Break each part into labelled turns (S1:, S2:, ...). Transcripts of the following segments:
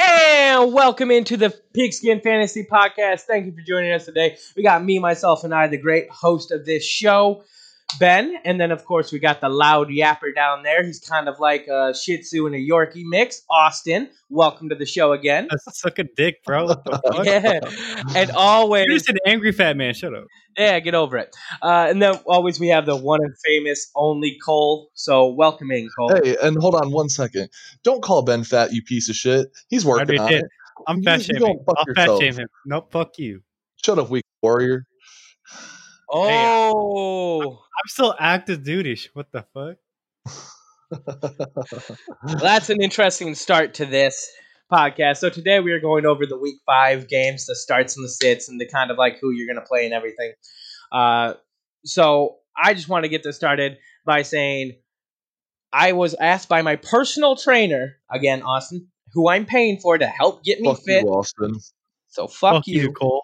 S1: down. Welcome into the Pigskin Fantasy Podcast. Thank you for joining us today. We got me, myself, and I, the great host of this show, Ben. And then, of course, we got the loud yapper down there. He's kind of like a Shih Tzu and a Yorkie mix, Austin. Welcome to the show again.
S2: I suck a dick, bro. What the fuck?
S1: Yeah. And
S2: You're
S1: always,
S2: just an angry fat man. Shut up.
S1: yeah, get over it. Uh, and then always we have the one and famous only Cole. So welcoming, Cole.
S3: Hey, and hold on one second. Don't call Ben fat, you piece of shit. He's
S2: I already
S3: working on
S2: did.
S3: it.
S2: I'm
S3: You-
S2: fat
S3: you
S2: shaming.
S3: gonna fuck
S2: I'll fat
S3: yourself.
S2: shame him. Nope, fuck you.
S3: Shut up, weak warrior.
S1: Oh.
S2: I'm still active duty. Sh- What the fuck?
S1: Well, that's an interesting start to this podcast. So today we are going over the week five games, the starts and the sits, and the kind of like who you're going to play and everything. Uh, so I just want to get this started by saying I was asked by my personal trainer again, Austin, who I'm paying for to help get me
S3: Fuck
S1: fit.
S3: you, Austin.
S1: so fuck, you.
S2: Cole.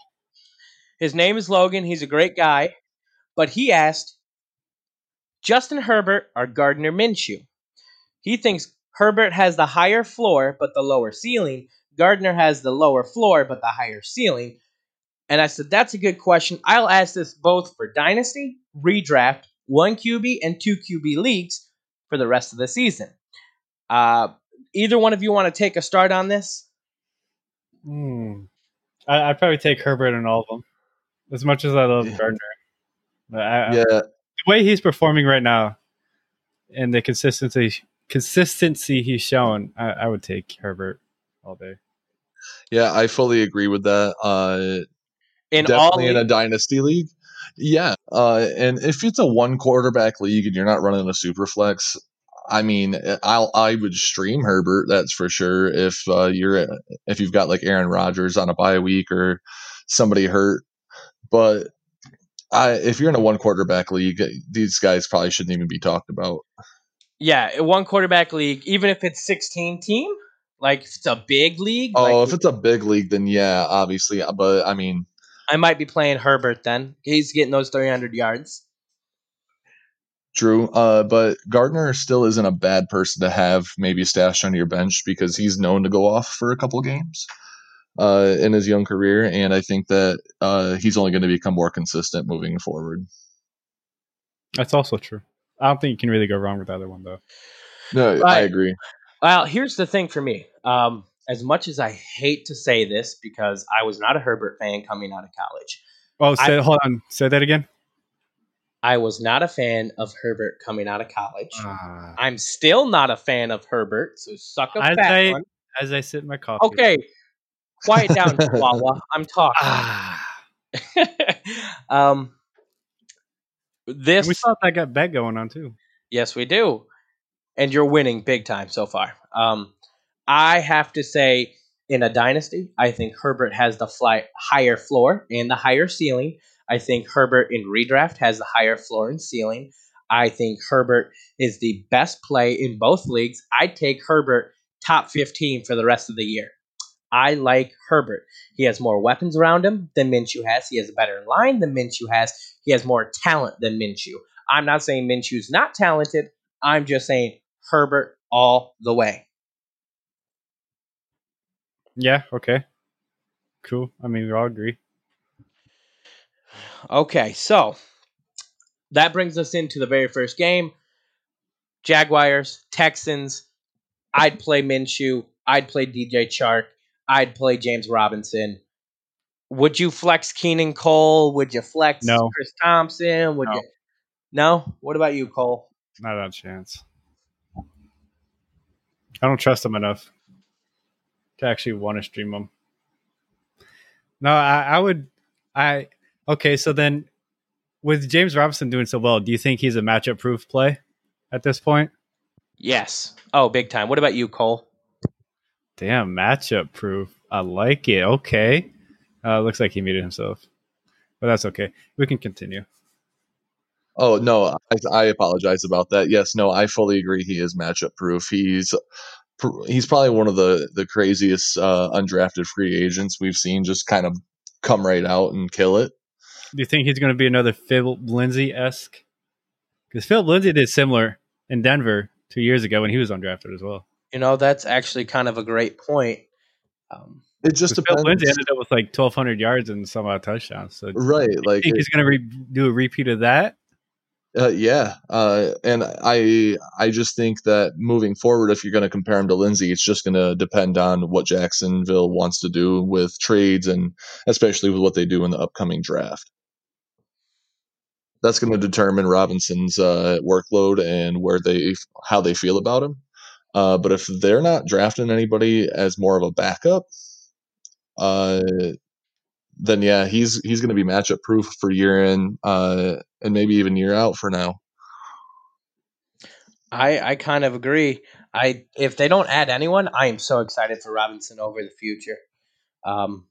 S1: His name is Logan. He's a great guy, but he asked Justin Herbert or Gardner Minshew. He thinks Herbert has the higher floor but the lower ceiling. Gardner has the lower floor but the higher ceiling. And I said that's a good question. I'll ask this both for dynasty, redraft, one QB and two QB leagues for the rest of the season. Uh, either one of you want to take a start on this?
S2: Hmm. I, I'd probably take Herbert and all of them. As much as I love
S3: Yeah.
S2: Gardner. But I, I,
S3: Yeah,
S2: the way he's performing right now and the consistency consistency he's shown, I, I would take Herbert all day.
S3: yeah, I fully agree with that. Uh,
S1: In all
S3: definitely in a dynasty league. Yeah, uh, and if it's a one quarterback league and you're not running a super flex, I mean, eh, I'll I would stream Herbert. That's for sure. If uh, you're if you've got like Aaron Rodgers on a bye week or somebody hurt, but I if you're in a one quarterback league, these guys probably shouldn't even be talked about.
S1: Yeah, a one quarterback league, even if it's 16 team, like if it's a big league,
S3: Oh,
S1: like,
S3: if it's a big league, then yeah, obviously. uh, But I mean,
S1: I might be playing Herbert then. He's getting those 300 yards.
S3: Drew, uh, but Gardner still isn't a bad person to have maybe stashed under your bench because he's known to go off for a couple games uh, in his young career, and I think that uh, he's only going to become more consistent moving forward.
S2: That's also true. I don't think you can really go wrong with either one though.
S3: No, I
S1: Right.
S3: agree.
S1: Well, here's the thing for me. Um, as much as I hate to say this because I was not a Herbert fan coming out of college,
S2: Oh,
S1: I-
S2: say, hold on. Say that again.
S1: I was not a fan of Herbert coming out of college.
S2: Uh.
S1: I'm still not a fan of Herbert, so suck a
S2: I
S1: fat
S2: say-
S1: one.
S2: as I sit in my coffee.
S1: Okay, quiet down, Chihuahua. I'm talking.
S2: Ah.
S1: um,
S2: And
S1: this
S2: we still have that got bet going on too.
S1: Yes, we do. And you're winning big time so far. Um, I have to say, in a dynasty, I think Herbert has the fly- higher floor and the higher ceiling. I think Herbert in redraft has the higher floor and ceiling. I think Herbert is the best play in both leagues. I take Herbert top 15 for the rest of the year. I like Herbert. He has more weapons around him than Minshew has. He has a better line than Minshew has. He has more talent than Minshew. I'm not saying Minshew's not talented. I'm just saying Herbert all the way.
S2: Yeah. Okay. Cool. I mean, we all agree.
S1: Okay, so that brings us into the very first game Jaguars, Texans. I'd play Minshew. I'd play DJ Chark. I'd play James Robinson. Would you flex Keenan Cole? Would you flex
S2: No.
S1: Chris Thompson? Would
S2: No.
S1: you? No? What about you, Cole?
S2: Not a chance. I don't trust them enough to actually want to stream them. No, I, I would. I okay. So then, with James Robinson doing so well, do you think he's a matchup proof play at this point?
S1: Yes. Oh, big time. What about you, Cole?
S2: Damn, matchup proof. I like it. Okay. Uh, looks like he muted himself, but that's okay. We can continue.
S3: Oh no, I, I apologize about that. Yes, no, I fully agree. He is matchup proof. He's pr- he's probably one of the the craziest uh, undrafted free agents we've seen. Just kind of come right out and kill it.
S2: Do you think he's going to be another Philip Lindsay esque? Because Philip Lindsay did similar in Denver two years ago when he was undrafted as well.
S1: You know, that's actually kind of a great point. Um,
S3: It just
S2: Phil
S3: depends.
S2: Lindsay ended up with like 1,200 yards and some odd touchdowns. So
S3: Right,
S2: I
S3: like
S2: think he's going to re- do a repeat of that.
S3: Uh, yeah, uh, and I I just think that moving forward, if you're going to compare him to Lindsey, it's just going to depend on what Jacksonville wants to do with trades, and especially with what they do in the upcoming draft. That's going to determine Robinson's uh, workload and where they how they feel about him. Uh, but if they're not drafting anybody as more of a backup, uh, then yeah, he's he's going to be matchup proof for year in uh, and maybe even year out for now.
S1: I I kind of agree. I if they don't add anyone, I am so excited for Robinson over the future. Um,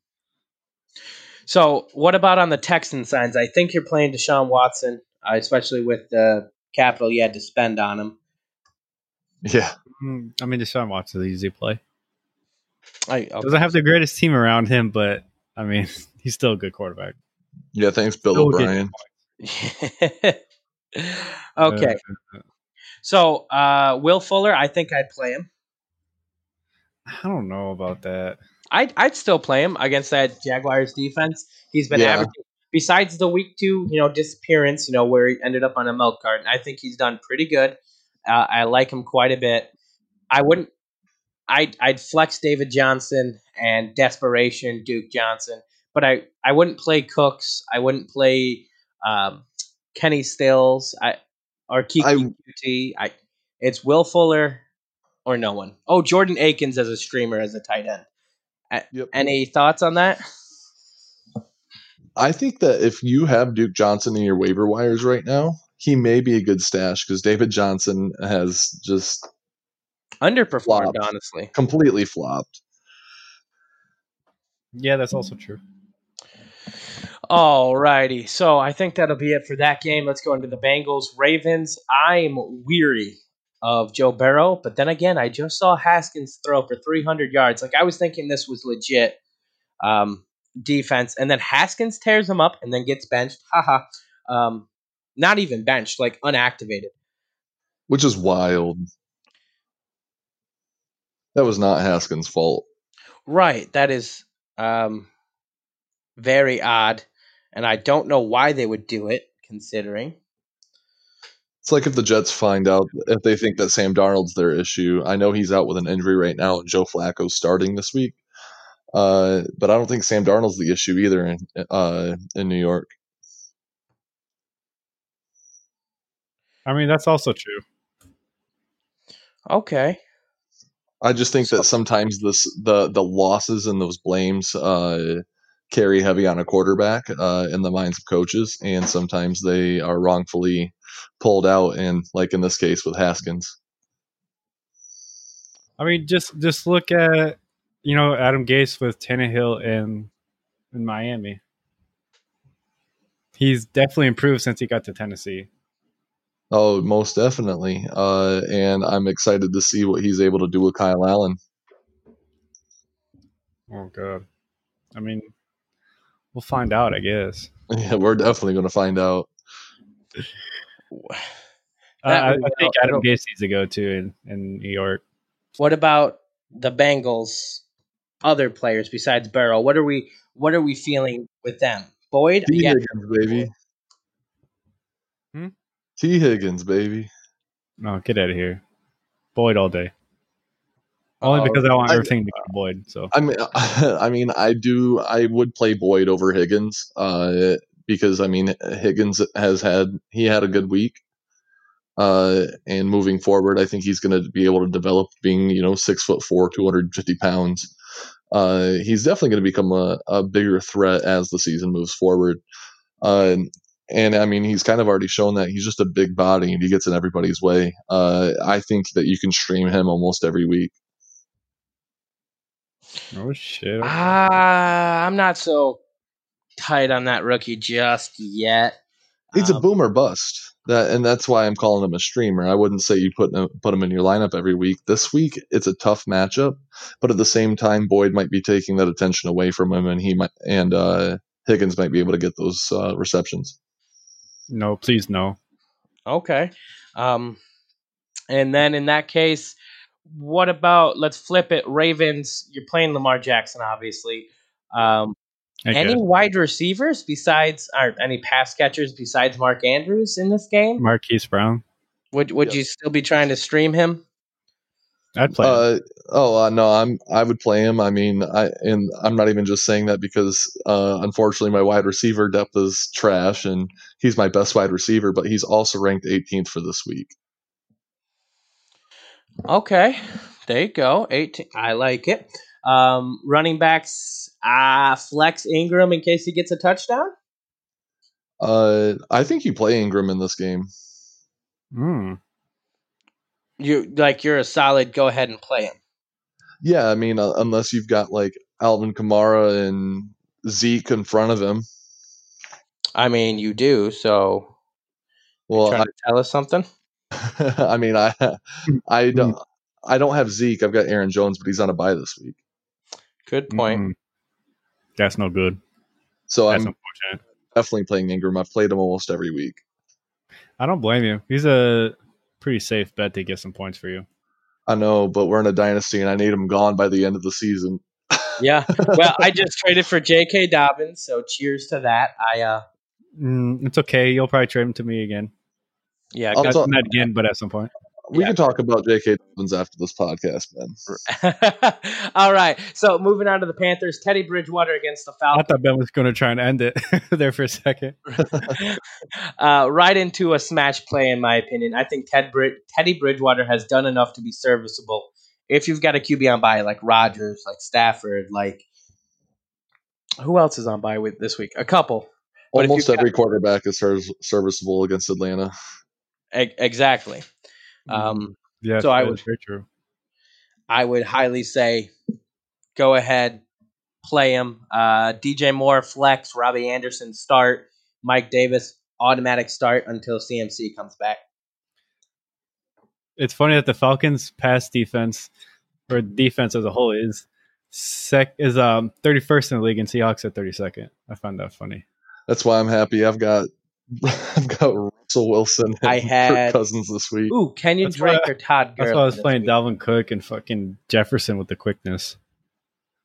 S1: so what about on the Texan signs? I think you're playing Deshaun Watson, uh, especially with the capital you had to spend on him.
S3: Yeah.
S2: Mm, I mean, Deshaun Watson's an easy play.
S1: I, okay.
S2: Doesn't have the greatest team around him, but I mean, he's still a good quarterback.
S3: Yeah, thanks, Bill
S2: Still getting
S3: O'Brien.
S1: okay.
S2: Uh,
S1: So uh, Will Fuller, I think I'd play him.
S2: I don't know about that.
S1: I'd, I'd still play him against that Jaguars defense. He's been
S3: Yeah.
S1: averaging, besides the week two, you know, disappearance, you know, where he ended up on a milk carton. I think he's done pretty good. Uh, I like him quite a bit. I wouldn't. I'd, I'd flex David Johnson and desperation Duke Johnson, but I, I wouldn't play Cooks. I wouldn't play um, Kenny Stills. I or Kiki
S3: I-
S1: QT. I it's Will Fuller or no one. Oh, Jordan Akins as a streamer as a tight end.
S3: Yep.
S1: Any thoughts on that?
S3: I think that if you have Duke Johnson in your waiver wires right now, he may be a good stash because David Johnson has just
S1: Underperformed,
S3: Flopped.
S1: honestly.
S3: completely flopped.
S2: Yeah, that's also true.
S1: Alrighty. So I think that'll be it for that game. Let's go into the Bengals Ravens. I'm weary of Joe Burrow, but then again, I just saw Haskins throw for 300 yards. Like I was thinking this was legit um, defense, and then Haskins tears him up and then gets benched. Haha. Um, not even benched, like unactivated.
S3: Which is wild. That was not Haskins' fault.
S1: Right. That is um, very odd. And I don't know why they would do it, considering.
S3: It's like if the Jets find out if they think that Sam Darnold's their issue. I know he's out with an injury right now, and Joe Flacco's starting this week. Uh, but I don't think Sam Darnold's the issue either in uh, in New York.
S2: I mean, that's also true.
S1: Okay.
S3: I just think that sometimes this the the losses and those blames uh, carry heavy on a quarterback uh, in the minds of coaches, and sometimes they are wrongfully pulled out. And like in this case with Haskins,
S2: I mean, just just look at you know Adam Gase with Tannehill in in Miami. He's definitely improved since he got to Tennessee.
S3: oh, most definitely. Uh, and I'm excited to see what he's able to do with Kyle Allen.
S2: Oh god, I mean, we'll find out, I guess.
S3: Yeah, we're definitely going to find out.
S2: Uh,
S1: That
S2: I, I
S1: would be
S2: think
S1: out-
S2: Adam Gase needs to go to in in New York.
S1: What about the Bengals other players besides Burrow? What are we what are we feeling with them? Boyd?
S3: T
S1: Again,
S3: Higgins, baby.
S2: Hmm?
S3: T Higgins, baby.
S2: No, get out of here, Boyd all day.
S1: Oh,
S2: Only because I want
S3: I-
S2: everything to go to Boyd. So
S3: I mean, I mean, I do. I would play Boyd over Higgins, uh, because I mean, Higgins has had he had a good week, uh, and moving forward, I think he's going to be able to develop being you know six foot four, two hundred fifty pounds. Uh, he's definitely going to become a, a bigger threat as the season moves forward. Uh, and I mean, he's kind of already shown that he's just a big body and he gets in everybody's way. Uh, I think that you can stream him almost every week.
S2: oh shit.
S1: Ah, I'm not so tight on that rookie just yet.
S3: He's a
S1: Um,
S3: boomer bust. That and that's why I'm calling him a streamer. I wouldn't say you put him, put him in your lineup every week. This week it's a tough matchup, but at the same time, Boyd might be taking that attention away from him, and he might and uh, Higgins might be able to get those uh, receptions.
S2: No, please no.
S1: Okay. Um, and then in that case, what about let's flip it? Ravens, you're playing Lamar Jackson, obviously. Um,
S2: I
S1: any
S2: guess.
S1: wide receivers besides, or any pass catchers besides Mark Andrews in this game?
S2: Marquise Brown.
S1: Would would
S3: Yep.
S1: you still be trying to stream him?
S2: I'd play. him.
S3: Uh, oh uh, no, I'm I would play him. I mean, I and I'm not even just saying that because uh, unfortunately my wide receiver depth is trash, and he's my best wide receiver, but he's also ranked 18th for this week.
S1: Okay, there you go. Eighteen, I like it. Um, running backs, uh, flex Ingram in case he gets a touchdown.
S3: Uh, I think you play Ingram in this game.
S2: Mm.
S1: You like you're a solid. Go ahead and play him.
S3: Yeah, I mean, uh, unless you've got like Alvin Kamara and Zeke in front of him.
S1: I mean, you do. So,
S3: Well,
S1: trying to tell us something.
S3: I, I mean, I I
S1: Hmm.
S3: don't I don't have Zeke. I've got Aaron Jones, but he's on a bye this week.
S1: Good
S3: Mm-hmm.
S1: point. Um,
S2: Mm. That's no good.
S3: So
S2: That's
S3: I'm
S2: unfortunate.
S3: definitely playing Ingram. I've played him almost every week.
S2: I don't blame you. He's a pretty safe bet to get some points for you.
S3: I know, but we're in a dynasty, and I need him gone by the end of the season.
S1: Yeah. Well, I just traded for J.K. Dobbins, so cheers to that. I uh,
S2: Mm, it's okay. You'll probably trade him to me again.
S1: yeah.
S3: I'll
S1: good-
S3: talk-
S2: Not again, but at some point.
S3: We
S1: Yeah.
S3: can talk about J.K. Dobbins after this podcast, man.
S1: All right. So moving on to the Panthers, Teddy Bridgewater against the
S2: I
S1: Falcons.
S2: thought Ben was going to try and end it there for a second.
S1: uh, right into a smash play, in my opinion. I think Ted Brid- Teddy Bridgewater has done enough to be serviceable. If you've got a QB on bye, like Rodgers, like Stafford, like who else is on bye with this week? A couple. But if
S3: Almost
S1: you've got-
S3: every quarterback is serv- serviceable against Atlanta.
S1: E- exactly.
S2: Mm-hmm.
S1: Um,
S2: yeah,
S1: so I
S2: that
S1: would-
S2: is very true.
S1: I would highly say go ahead, play him. Uh, DJ Moore, flex. Robbie Anderson, start. Mike Davis, automatic start until CMC comes back.
S2: It's funny that the Falcons' pass defense or defense as a whole is sec is um thirty first in the league and Seahawks at thirty second. I find that funny.
S3: That's why I'm happy. I've got I've got Russell Wilson and
S1: I had-
S3: Kirk Cousins this week.
S1: Ooh, Kenyon
S2: That's why-
S1: Drake or Todd Gurley.
S2: That's why I was
S1: this
S2: playing
S1: week.
S2: Dalvin Cook and fucking Jefferson with the quickness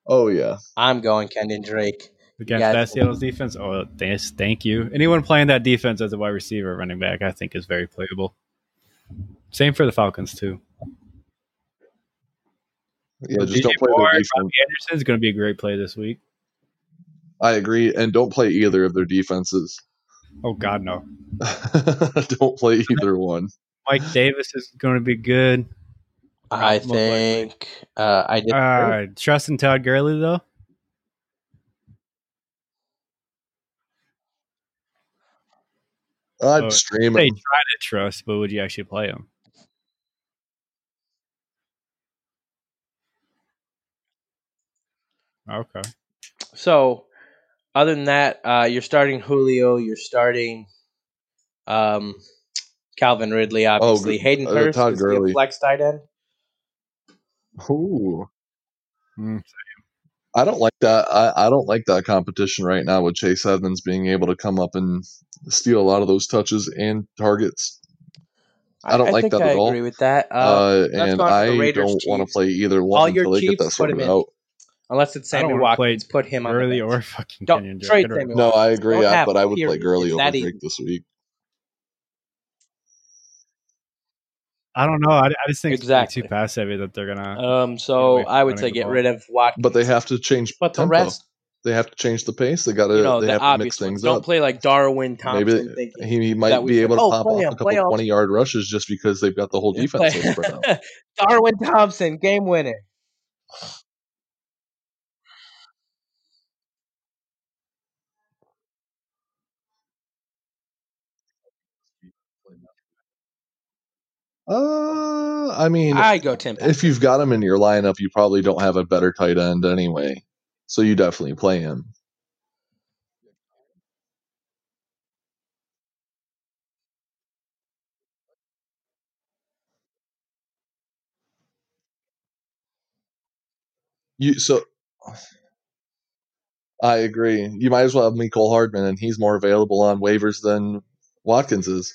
S3: Oh yeah,
S1: I'm going Kenyon Drake.
S2: against
S1: Yeah.
S2: that Seattle's defense. Oh, yes, thank you. Anyone playing that defense as a wide receiver, running back, I think is very playable. Same for the Falcons too.
S3: yeah. Just
S2: DJ
S3: don't play
S2: Moore,
S3: their defense.
S2: Robbie Anderson's going to be a great play this week.
S3: I agree, and don't play either of their defenses.
S2: Oh God, no.
S3: don't play either one.
S2: Mike Davis is going to be good.
S1: I
S2: Most likely.
S1: think uh, I did.
S2: Uh, trust in Todd Gurley though.
S3: I'd
S2: Oh,
S3: stream
S2: They try
S3: it.
S2: to trust, but would you actually play him? Okay.
S1: so, other than that, uh, you're starting Julio. You're starting um, Calvin Ridley, obviously.
S3: good-
S1: Hayden
S3: uh,
S1: Hurst
S3: Todd
S1: is he a
S3: Gurley.
S1: flex tight end.
S3: Ooh,
S1: Hmm,
S2: Mm.
S3: I don't like that. I, I don't like that competition right now with Chase Edmonds being able to come up and steal a lot of those touches and targets. I don't like
S1: think
S3: that
S1: I
S3: at all.
S1: agree with that. Uh,
S3: Uh,
S1: let's
S3: and
S1: go on to the
S3: I
S1: Raiders,
S3: don't want to
S1: Chiefs.
S3: play either
S1: All
S3: one
S1: your
S3: until they get
S1: Chiefs,
S3: that
S1: put 'em
S3: sorted
S1: in.
S3: out.
S1: unless it's
S2: I don't
S1: Sammy
S2: wanna play
S1: Watkins, put him on. the
S2: Gurley
S1: bench.
S2: or fucking
S1: Don't-
S2: Kenyon
S1: trade
S2: Drake.
S1: Samuel.
S3: No, I agree.
S1: Don't
S3: I,
S1: have
S3: but
S1: him,
S3: I would play
S1: period.
S3: Gurley
S1: It's
S3: over
S1: that
S3: Drake
S1: easy.
S3: this week.
S2: I don't know. I, I just
S1: Exactly.
S2: think it's gonna be too pass heavy that they're gonna.
S1: Um, so
S2: Wait,
S1: I would
S2: wanna
S1: say
S2: go
S1: get
S2: ball.
S1: rid of Watkins.
S3: But they have to change
S1: But the
S3: tempo.
S1: rest,
S3: they have to change the pace. They got to.
S1: you know,
S3: they
S1: the
S3: have to mix
S1: obvious ones.
S3: things
S1: Don't
S3: up.
S1: play like Darwin Thompson
S3: Maybe
S1: thinking.
S3: he, he
S1: that
S3: might
S1: we
S3: be
S1: said,
S3: able to
S1: "Oh,
S3: pop
S1: play him,
S3: off a
S1: play him."
S3: couple twenty yard rushes just because they've got the whole defense so spread out.
S1: Darwin Thompson, game winner.
S3: Uh, I mean,
S1: I go Tim. Patrick.
S3: if you've got him in your lineup, you probably don't have a better tight end anyway. So you definitely play him. You so I agree. You might as well have Nicole Hardman, and he's more available on waivers than Watkins is.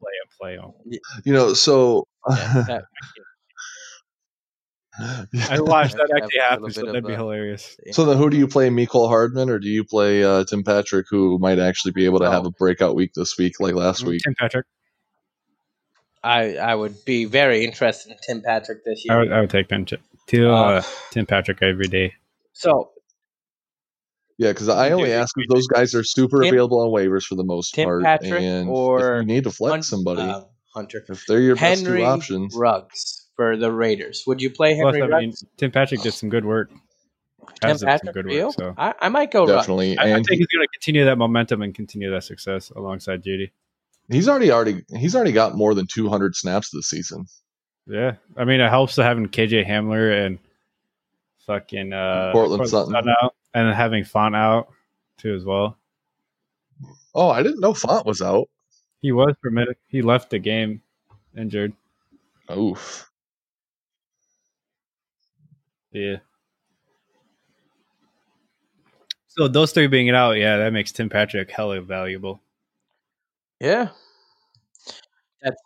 S2: play him, play him.
S3: You know, so
S1: Yeah, that-
S2: I watched that
S1: Have to
S2: actually
S1: have a
S2: happen, so
S1: little bit
S2: that'd
S1: of
S2: be
S1: a-
S2: hilarious.
S3: so then who do you play, Miko Hardman, or do you play uh, Tim Patrick, who might actually be able to
S1: No.
S3: have a breakout week this week, like last
S1: Mm,
S3: week?
S2: Tim Patrick,
S1: I I would be very interested in Tim Patrick this
S2: I
S1: year.
S2: would, I would take Tim, Ch- to,
S1: Uh,
S2: uh, Tim Patrick every day.
S1: so
S3: Yeah, because I
S2: You
S3: only
S2: do.
S3: ask if those guys are super
S1: Tim-
S3: available on waivers for the most
S1: Tim
S3: part,
S1: Patrick
S3: and
S1: or
S3: if you need to
S1: Hun-
S3: flex somebody,
S1: uh, Hunter
S3: if they're your best two
S1: Henry
S3: options,
S1: Ruggs for the Raiders. Would you play
S2: Plus,
S1: Henry
S2: I
S1: Ruggs?
S2: mean, Tim Patrick did some good work.
S1: Tim
S2: Has done
S1: Patrick
S2: some good
S1: for you?
S2: work. So
S1: I, I might go Ruggs.
S3: definitely,
S2: I, I
S3: and
S2: think he's going to continue that momentum and continue that success alongside Judy.
S3: he, he's already already he's already got more than 200 snaps this season.
S2: Yeah, I mean, it helps to having KJ Hamler and fucking uh,
S3: Cortland Sutton.
S2: out, and having Font out too as well.
S3: Oh, I didn't know Font was out.
S2: He was permitted. He left the game injured.
S3: Oof.
S2: Yeah. So those three being out, yeah, that makes Tim Patrick hella valuable.
S1: Yeah. That's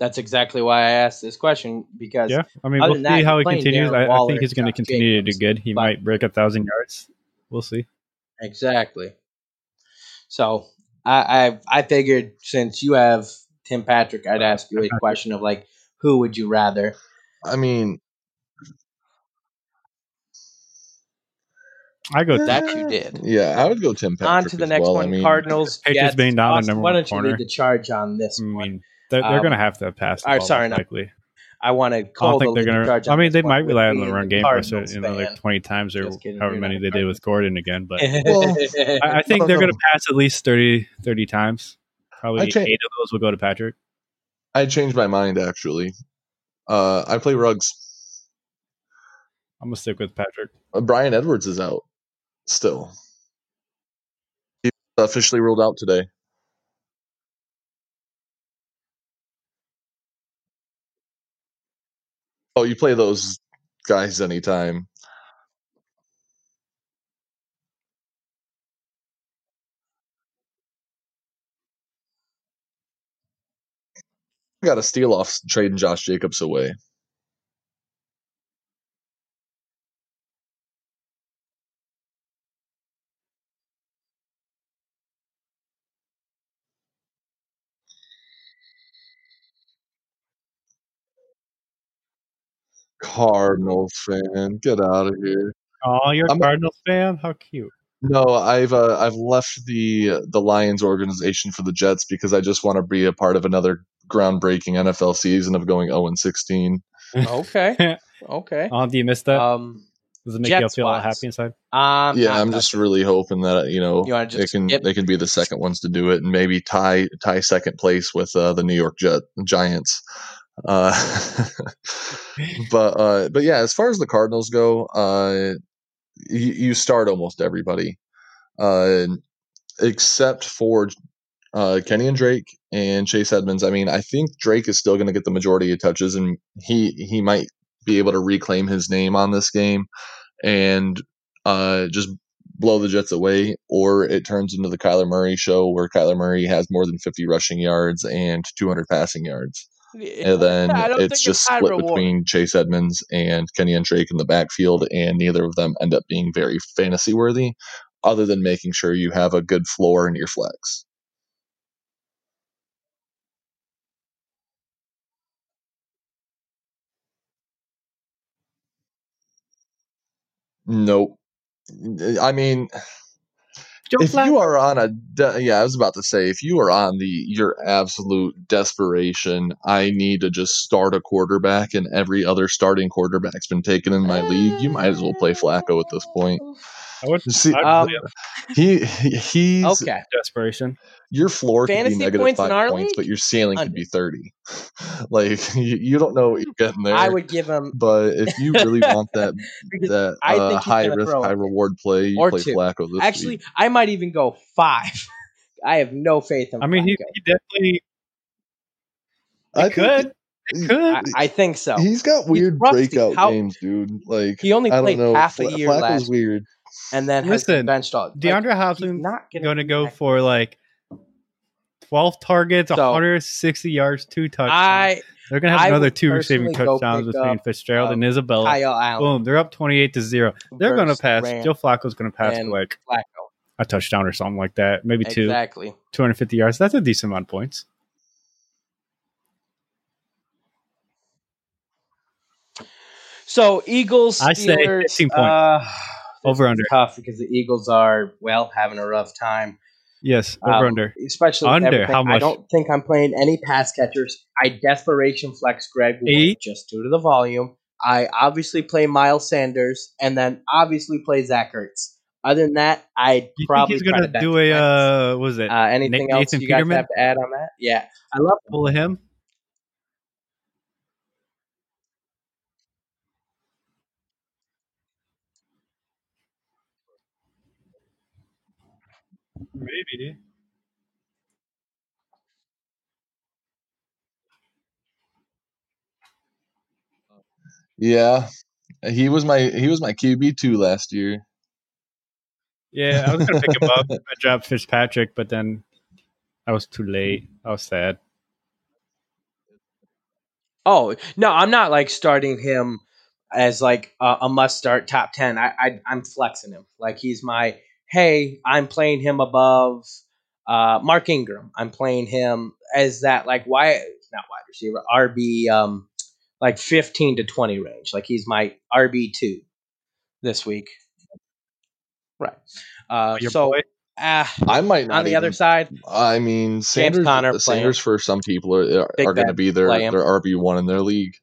S1: that's exactly why I asked this question because
S2: Yeah, I mean,
S1: Other
S2: we'll see
S1: than that,
S2: how
S1: you're
S2: he
S1: playing
S2: continues.
S1: Darren
S2: I, I
S1: Waller
S2: think he's
S1: and
S2: going to
S1: Josh
S2: continue to do
S1: Jacobs,
S2: good. He
S1: but-
S2: might break a thousand yards. We'll see.
S1: exactly. So I, I I figured since you have Tim Patrick, I'd ask you a
S2: Patrick.
S1: question of like who would you rather?
S3: I mean,
S2: I go.
S1: That
S2: That,
S1: you did.
S3: Yeah, I would go Tim Patrick.
S1: On to the
S3: as
S1: next
S3: well.
S1: one,
S3: I mean,
S1: Cardinals.
S2: Patriots
S1: Jets,
S2: being down the
S1: Boston.
S2: number
S1: Why
S2: one
S1: don't you
S2: corner.
S1: lead the charge on this?
S2: I
S1: one?
S2: mean, they're, they're
S1: Um,
S2: going to have to pass. The
S1: or
S2: ball,
S1: sorry, not-
S2: most likely.
S1: I want to
S2: I don't
S1: call
S2: think
S1: the
S2: they're
S1: lead
S2: going
S1: charge
S2: to.
S1: on
S2: I mean,
S1: this
S2: they
S1: one
S2: might
S1: with
S2: rely on the
S1: being
S2: run
S1: a
S2: game, plus
S1: Cardinals
S2: you know, like
S1: fan.
S2: twenty times or
S1: Just kidding,
S2: however
S1: you're
S2: many
S1: not
S2: they
S1: a
S2: did with Gordon again. But
S3: Well,
S2: I, I think
S3: don't
S2: they're going
S3: know.
S2: to pass at least 30, 30 times. Probably
S3: I
S2: eight
S3: cha-
S2: of those will go to Patrick.
S3: I changed my mind actually. Uh, I play Rugs.
S2: I'm gonna stick with Patrick.
S3: Uh, Brian Edwards is out still. He was officially ruled out today. Oh, you play those guys anytime. I got a steal off trading Josh Jacobs away. Cardinal fan, get out of here.
S2: Oh, you're a
S3: I'm-
S2: Cardinals fan? How cute!
S3: No, I've uh, I've left the the Lions organization for the Jets because I just want to be a part of another groundbreaking NFL season of going 0 and 16.
S1: Okay. Okay.
S2: Oh, do you miss that?
S1: Um,
S2: Does it make you
S1: Jets
S2: feel all
S1: wise.
S2: happy inside?
S1: I'm
S3: yeah,
S1: not
S3: I'm just
S1: touching
S3: really hoping that you know
S1: You wanna just
S3: they can
S1: skip?
S3: they can be the second ones to do it and maybe tie tie second place with uh, the New York Jet Giants. Uh, but uh, but yeah, as far as the Cardinals go, uh, you, you start almost everybody, uh, except for uh, Kenny and Drake and Chase Edmonds. I mean, I think Drake is still going to get the majority of touches, and he he might be able to reclaim his name on this game and uh, just blow the Jets away, or it turns into the Kyler Murray show where Kyler Murray has more than 50 rushing yards and 200 passing yards.
S1: it.
S3: And then
S1: I don't
S3: it's
S1: think
S3: just
S1: it's high
S3: split
S1: reward.
S3: between Chase Edmonds and Kenny and Drake in the backfield, and neither of them end up being very fantasy worthy, other than making sure you have a good floor in your flex. Nope. I mean,
S2: Joe
S3: if you are on a de- yeah, I was about to say if you are on the your absolute desperation, I need to just start a quarterback, and every other starting quarterback's been taken in my league. You might as well play Flacco at this point.
S2: I would
S3: See,
S2: I'd
S1: Um,
S2: play him.
S3: he he's
S1: Okay.
S2: desperation.
S3: your floor could be
S1: Fantasy
S3: negative
S1: points in
S3: five
S1: our
S3: points,
S1: league?
S3: but your ceiling could be thirty. like you, you don't know what you're getting there.
S1: I would give him
S3: but if you really want that
S1: because
S3: that
S1: I
S3: uh,
S1: think he's
S3: high
S1: gonna
S3: risk,
S1: throw
S3: high
S1: it.
S3: reward play, you
S1: Or
S3: play
S1: two.
S3: Flacco this week.
S1: Actually, I might even go five. I have no faith in
S2: I mean, he,
S1: Flacco.
S2: he definitely
S3: I
S2: it
S3: think
S2: could.
S3: he-
S2: It could.
S1: Mm, I, I think so.
S3: He's got weird
S1: rusty.
S3: breakout
S1: How-
S3: games, dude. Like
S1: He only
S3: I don't
S1: played
S3: know.
S1: half a
S3: Fla-
S1: year
S3: Flacco's
S1: last,
S3: weird.
S1: and then has been
S2: Listen,
S1: benched all. like,
S2: DeAndre
S1: he's
S2: Hopkins
S1: not gonna
S2: going to
S1: be
S2: go
S1: that-
S2: for like 12 targets,
S1: So-
S2: 160 yards, two touchdowns.
S1: I
S2: They're going to have
S1: I
S2: another
S1: would
S2: two receiving
S1: personally go
S2: touchdowns
S1: pick
S2: between
S1: up,
S2: Fitzgerald
S1: uh,
S2: and Isabella.
S1: Kyle Allen.
S2: Boom. They're up 28 to 0. Oh, They're going to
S1: versus
S2: pass.
S1: Ram-
S2: Joe Flacco's going to pass for
S1: and
S2: like
S1: Flacco.
S2: a touchdown or something like that. Maybe two.
S1: Exactly.
S2: 250 yards. That's a decent amount of points.
S1: So Eagles,
S2: I say
S1: Steelers.
S2: 15 points.
S1: uh, this
S2: Over
S1: is
S2: under.
S1: tough because the Eagles are well having a rough time.
S2: Yes. Over
S1: Um,
S2: under.
S1: Especially with
S2: Under,
S1: everything.
S2: how
S1: I
S2: much?
S1: don't think I'm playing any pass catchers. I desperation flex Greg Ward
S2: Eight.
S1: just due to the volume. I obviously play Miles Sanders and then obviously play Zach Ertz. Other than that, I'd
S2: You think
S1: probably
S2: he's going
S1: try
S2: to
S1: bench
S2: do a,
S1: Wentz.
S2: uh, what was it?
S1: Uh, anything
S2: Na-
S1: else
S2: Nathan
S1: you guys
S2: Peterman?
S1: have to add on that? Yeah, I love
S2: pull of him? Maybe, dude.
S3: Yeah, he was my he was my QB two last year.
S2: Yeah, I was gonna pick him up. I dropped Fitzpatrick, but then I was too late. I was sad.
S1: Oh no, I'm not like starting him as like a, a must start top ten. I, I I'm flexing him like he's my hey. I'm playing him above uh, Mark Ingram. I'm playing him as that like why not wide receiver RB um like 15 to 20 range. Like he's my RB two this week. Right. Uh,
S2: Your
S1: so
S2: boy,
S1: uh,
S3: I might not.
S1: on the
S3: even,
S1: other side,
S3: I mean, Sanders.
S1: Conner
S3: Sanders for some people are
S1: Big
S3: are going to
S1: Ben,
S3: be their
S1: play him.
S3: their RB one in their league,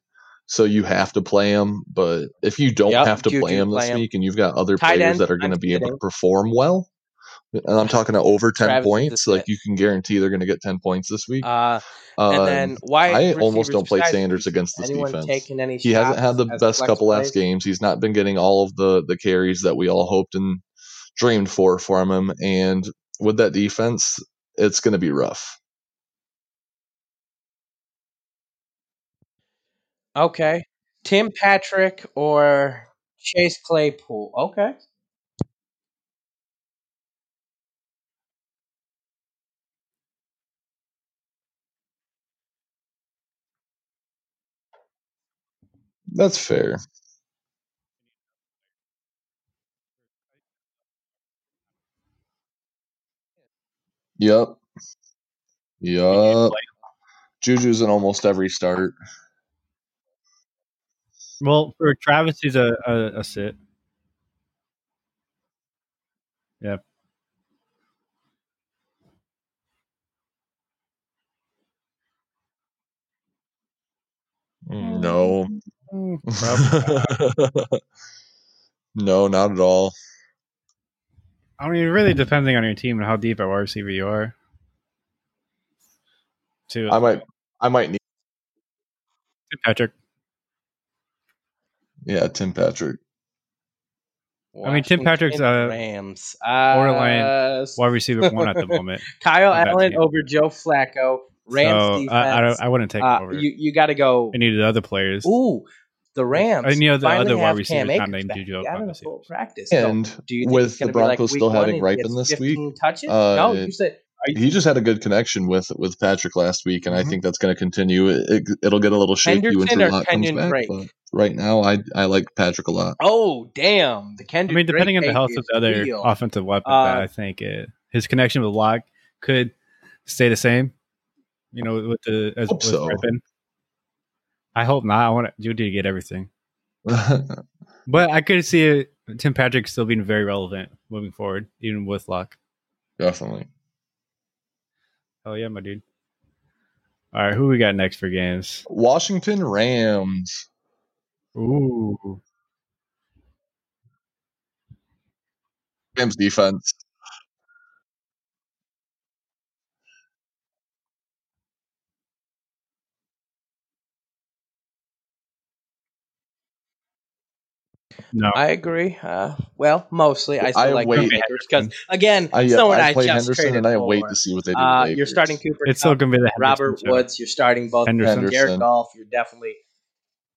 S3: so you have to play him. But if you don't
S1: Yep,
S3: have to
S1: you
S3: play
S1: do
S3: him this
S1: play him.
S3: week, and you've got other
S1: Tight
S3: players
S1: end,
S3: that are
S1: I'm
S3: going to be able
S1: kidding.
S3: to perform well, and I'm talking to over ten
S1: Travis is
S3: points. Like
S1: it.
S3: you can guarantee they're going to get ten points this week.
S1: uh,
S3: Uh,
S1: and then why
S3: I almost don't play
S1: besides
S3: Sanders
S1: these,
S3: against this
S1: anyone
S3: defense.
S1: taking any
S3: he hasn't
S1: shots
S3: had the
S1: as
S3: best
S1: flex
S3: couple last
S1: plays?
S3: games. He's not been getting all of the the carries that we all hoped and dreamed for from him. And with that defense, it's going to be rough.
S1: Okay. Tim Patrick or Chase Claypool. Okay.
S3: That's fair. Yep. Yep. Juju's in almost every start.
S2: Well, for Travis, he's a, a, a sit. Yeah.
S3: No.
S2: Mm, probably.
S3: no, not at all.
S2: I mean, really depending on your team and how deep at wide receiver you are. Too.
S3: I might. I might need.
S2: Patrick.
S3: Yeah, Tim Patrick.
S2: I mean, Tim Patrick's,
S1: Washington
S2: uh,
S1: Rams.
S2: borderline
S1: Uh,
S2: Wide receiver one at the moment.
S1: Kyle
S2: on that
S1: Allen
S2: team.
S1: over Joe Flacco. Rams
S2: so
S1: defense.
S2: I, I, don't, I wouldn't take him
S1: uh,
S2: over.
S1: you you got to go.
S2: I needed other players.
S1: Ooh, the Rams.
S2: I know the
S1: finally
S2: other wide
S1: have Cam
S2: receivers not
S1: Akers
S2: named
S1: back.
S2: Juju
S1: He got in a
S2: Obama
S1: full
S2: Seals.
S1: practice. So
S3: And
S1: do you think
S3: with
S1: it's gonna
S3: the
S1: be like
S3: Broncos
S1: week
S3: still
S1: one
S3: having
S1: and he
S3: Ripon
S1: gets
S3: this week,
S1: 15 touches?
S3: uh,
S1: no, you said. Are you,
S3: he just had a good connection with with Patrick last week, and
S1: Mhm.
S3: I think that's going to continue. It, it, will get a little shaky when
S1: Henderson or
S3: Drew Lock comes
S1: Kenyon
S3: back,
S1: Drake?
S3: but right now, I I like Patrick a lot.
S1: Oh, damn! The Kendrick.
S2: I mean, depending on
S1: Drake
S2: the health
S1: take
S2: of
S1: is
S2: the other
S1: real.
S2: offensive weapon,
S1: Uh,
S2: that I think it, his connection with Locke could stay the same. You know, with the as
S3: Hope
S2: with
S3: so.
S2: Ripon. I hope not. I want Judy to get everything, but I could see it, Tim Patrick still being very relevant moving forward, even with Locke.
S3: Definitely.
S2: Hell yeah, my dude. All right, who we got next for games?
S3: Washington Rams.
S2: Ooh,
S3: Rams defense.
S2: no,
S1: I agree. Uh, well, mostly I still
S3: I
S1: like
S3: wait.
S1: Akers because again,
S3: I, yeah,
S1: someone
S3: I
S1: I
S3: play
S1: just
S3: Henderson,
S1: traded
S3: and I
S1: for.
S3: wait to see what they do.
S1: Uh,
S3: with
S1: you're
S3: Akers.
S1: starting Cooper
S2: it's still
S1: Cup,
S2: gonna be the Henderson
S1: uh, Robert
S2: show.
S1: Woods. You're starting both
S2: Henderson.
S1: Garrett
S3: Henderson.
S1: Golf. You're definitely,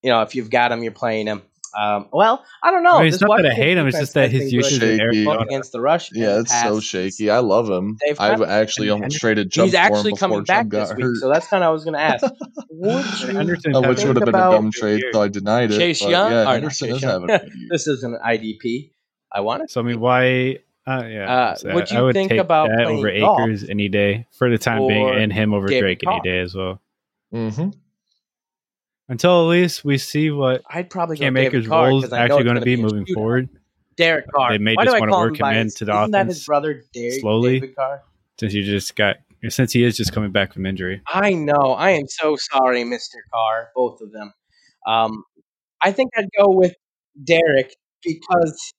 S1: you know, if you've got him, you're playing him. Um, well, I don't know.
S2: I mean, it's
S1: This
S2: not that I
S1: Washington
S2: hate him; it's
S1: defense
S2: just that
S1: has
S2: his
S1: been
S2: usage
S1: good
S2: in
S3: Shaky.
S1: up
S2: Arizona.
S1: against the rush. in
S3: Yeah,
S1: the
S3: it's so
S1: past.
S3: shaky. I love him.
S1: They've
S3: I've
S1: got-
S3: actually
S2: and
S3: almost traded jump
S1: He's
S3: for him
S1: actually
S3: before
S1: coming
S3: jump
S1: back
S3: got
S1: this week,
S3: hurt.
S1: so that's kind of I was going to ask. Would
S2: And
S1: you?
S2: Henderson's
S3: Uh,
S2: having
S3: which
S2: a
S3: would have been a
S1: about
S3: dumb trade,
S2: year.
S3: so I denied it.
S1: Chase
S3: but
S1: Young?
S3: yeah,
S1: Or not
S3: Henderson
S1: Chase
S3: is
S1: Young.
S3: having a good year.
S1: This is an IDP. I want it.
S2: So I mean, why? Uh, yeah,
S1: Uh,
S2: so
S1: would
S2: I- I
S1: you
S2: would
S1: think
S2: take
S1: about
S2: that
S1: playing
S2: over
S1: golf
S2: Acres any day for the time being,
S1: or
S2: and him over
S1: David
S2: Drake any
S1: Carr?
S2: day as well.
S3: Mm-hmm.
S2: Until at least we see what
S1: I'd probably go
S2: Cam
S1: David
S2: Akers'
S1: Carr
S2: roles
S1: because I know
S2: actually
S1: it's
S2: going
S1: going
S2: to be
S1: a
S2: moving
S1: shootout.
S2: forward.
S1: Derek Carr.
S2: They may
S1: Why
S2: just
S1: do I
S2: wanna
S1: call
S2: work
S1: him
S2: him
S1: by
S2: into the
S1: Isn't that
S2: offense
S1: his brother, Derek,
S2: slowly.
S1: David Carr?
S2: since you just got since he is just coming back from injury.
S1: I know. I am so sorry, Mr. Carr, both of them. Um, I think I'd go with Derek because,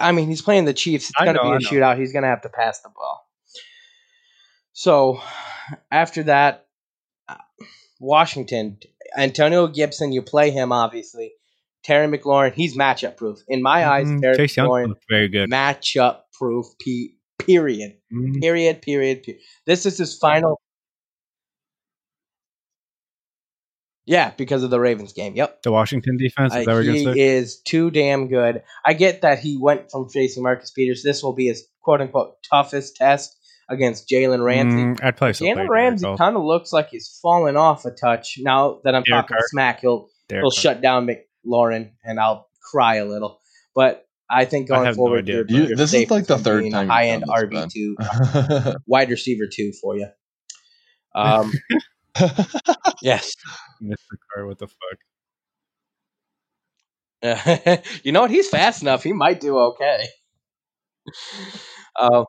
S1: I mean, he's playing the Chiefs. It's
S2: I
S1: going to
S2: know,
S1: be
S2: I
S1: a
S2: know.
S1: shootout. He's going to have to pass the ball. So after that, uh, Washington, Antonio Gibson, you play him, obviously. Terry McLaurin, he's matchup proof. In my eyes,
S2: Mhm.
S1: Terry
S2: Chase Young
S1: McLaurin,
S2: looked very good.
S1: matchup proof, pe- period.
S2: Mhm.
S1: Period, period, period. This is his final Yeah, because of the Ravens game. Yep.
S2: The Washington defense
S1: Uh,
S2: is that what you're gonna
S1: he
S2: say?
S1: is too damn good. I get that he went from facing Marcus Peters. This will be his quote unquote toughest test against Jalen Ramsey.
S2: Mm, I'd probably still play
S1: Jalen
S2: Derek
S1: Ramsey
S2: Carr.
S1: kind of looks like he's fallen off a touch. Now that I'm
S2: Derek
S1: talking
S2: Carr.
S1: smack, he'll
S2: Derek
S1: he'll
S2: Carr.
S1: shut down McLaurin, and I'll cry a little. But I think
S2: I
S1: going
S2: have no
S1: forward,
S2: idea,
S1: you're,
S2: but-
S3: You,
S1: you're
S3: this
S1: safe
S3: is like the
S1: from
S3: third
S1: being a
S3: time
S1: high end
S3: you've
S1: RB
S3: done
S1: two,
S3: this,
S1: wide receiver two for you. Um,
S3: Ben.
S1: yes.
S2: Mr. Carr, what the fuck?
S1: you know what? He's fast enough. He might do okay. Um,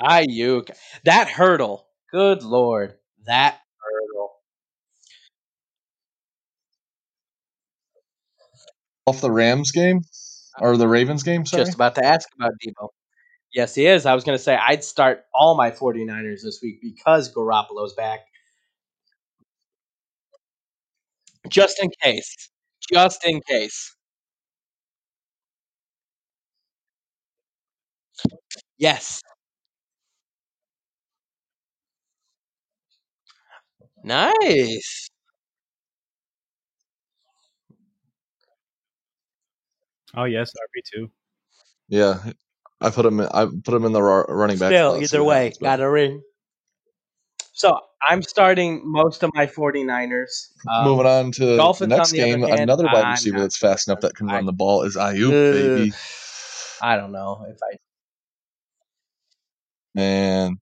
S1: Ayuk, that hurdle. Good lord, that hurdle.
S3: Off the Rams game or the Ravens game, sorry.
S1: Just about to ask about Debo. Yes, he is. I was going to say I'd start all my 49ers this week because Garoppolo's back, just in case. Just in case. Yes. Nice.
S2: Oh yes, RB two.
S3: Yeah, I put him. In, I put him in the ru- running back.
S1: Still,
S3: slot, see
S1: either
S3: what
S1: way,
S3: happens, but-
S1: got a ring. So I'm starting most of my 49ers. Um,
S3: Moving on to the
S1: Dolphins, on
S3: next
S1: the other
S3: game,
S1: hand,
S3: another wide
S1: I'm
S3: receiver
S1: not
S3: that's fast enough
S1: starting.
S3: that can
S1: I
S3: run the ball is Ayuk,
S1: Ugh,
S3: baby.
S1: I don't know if I.
S3: Man,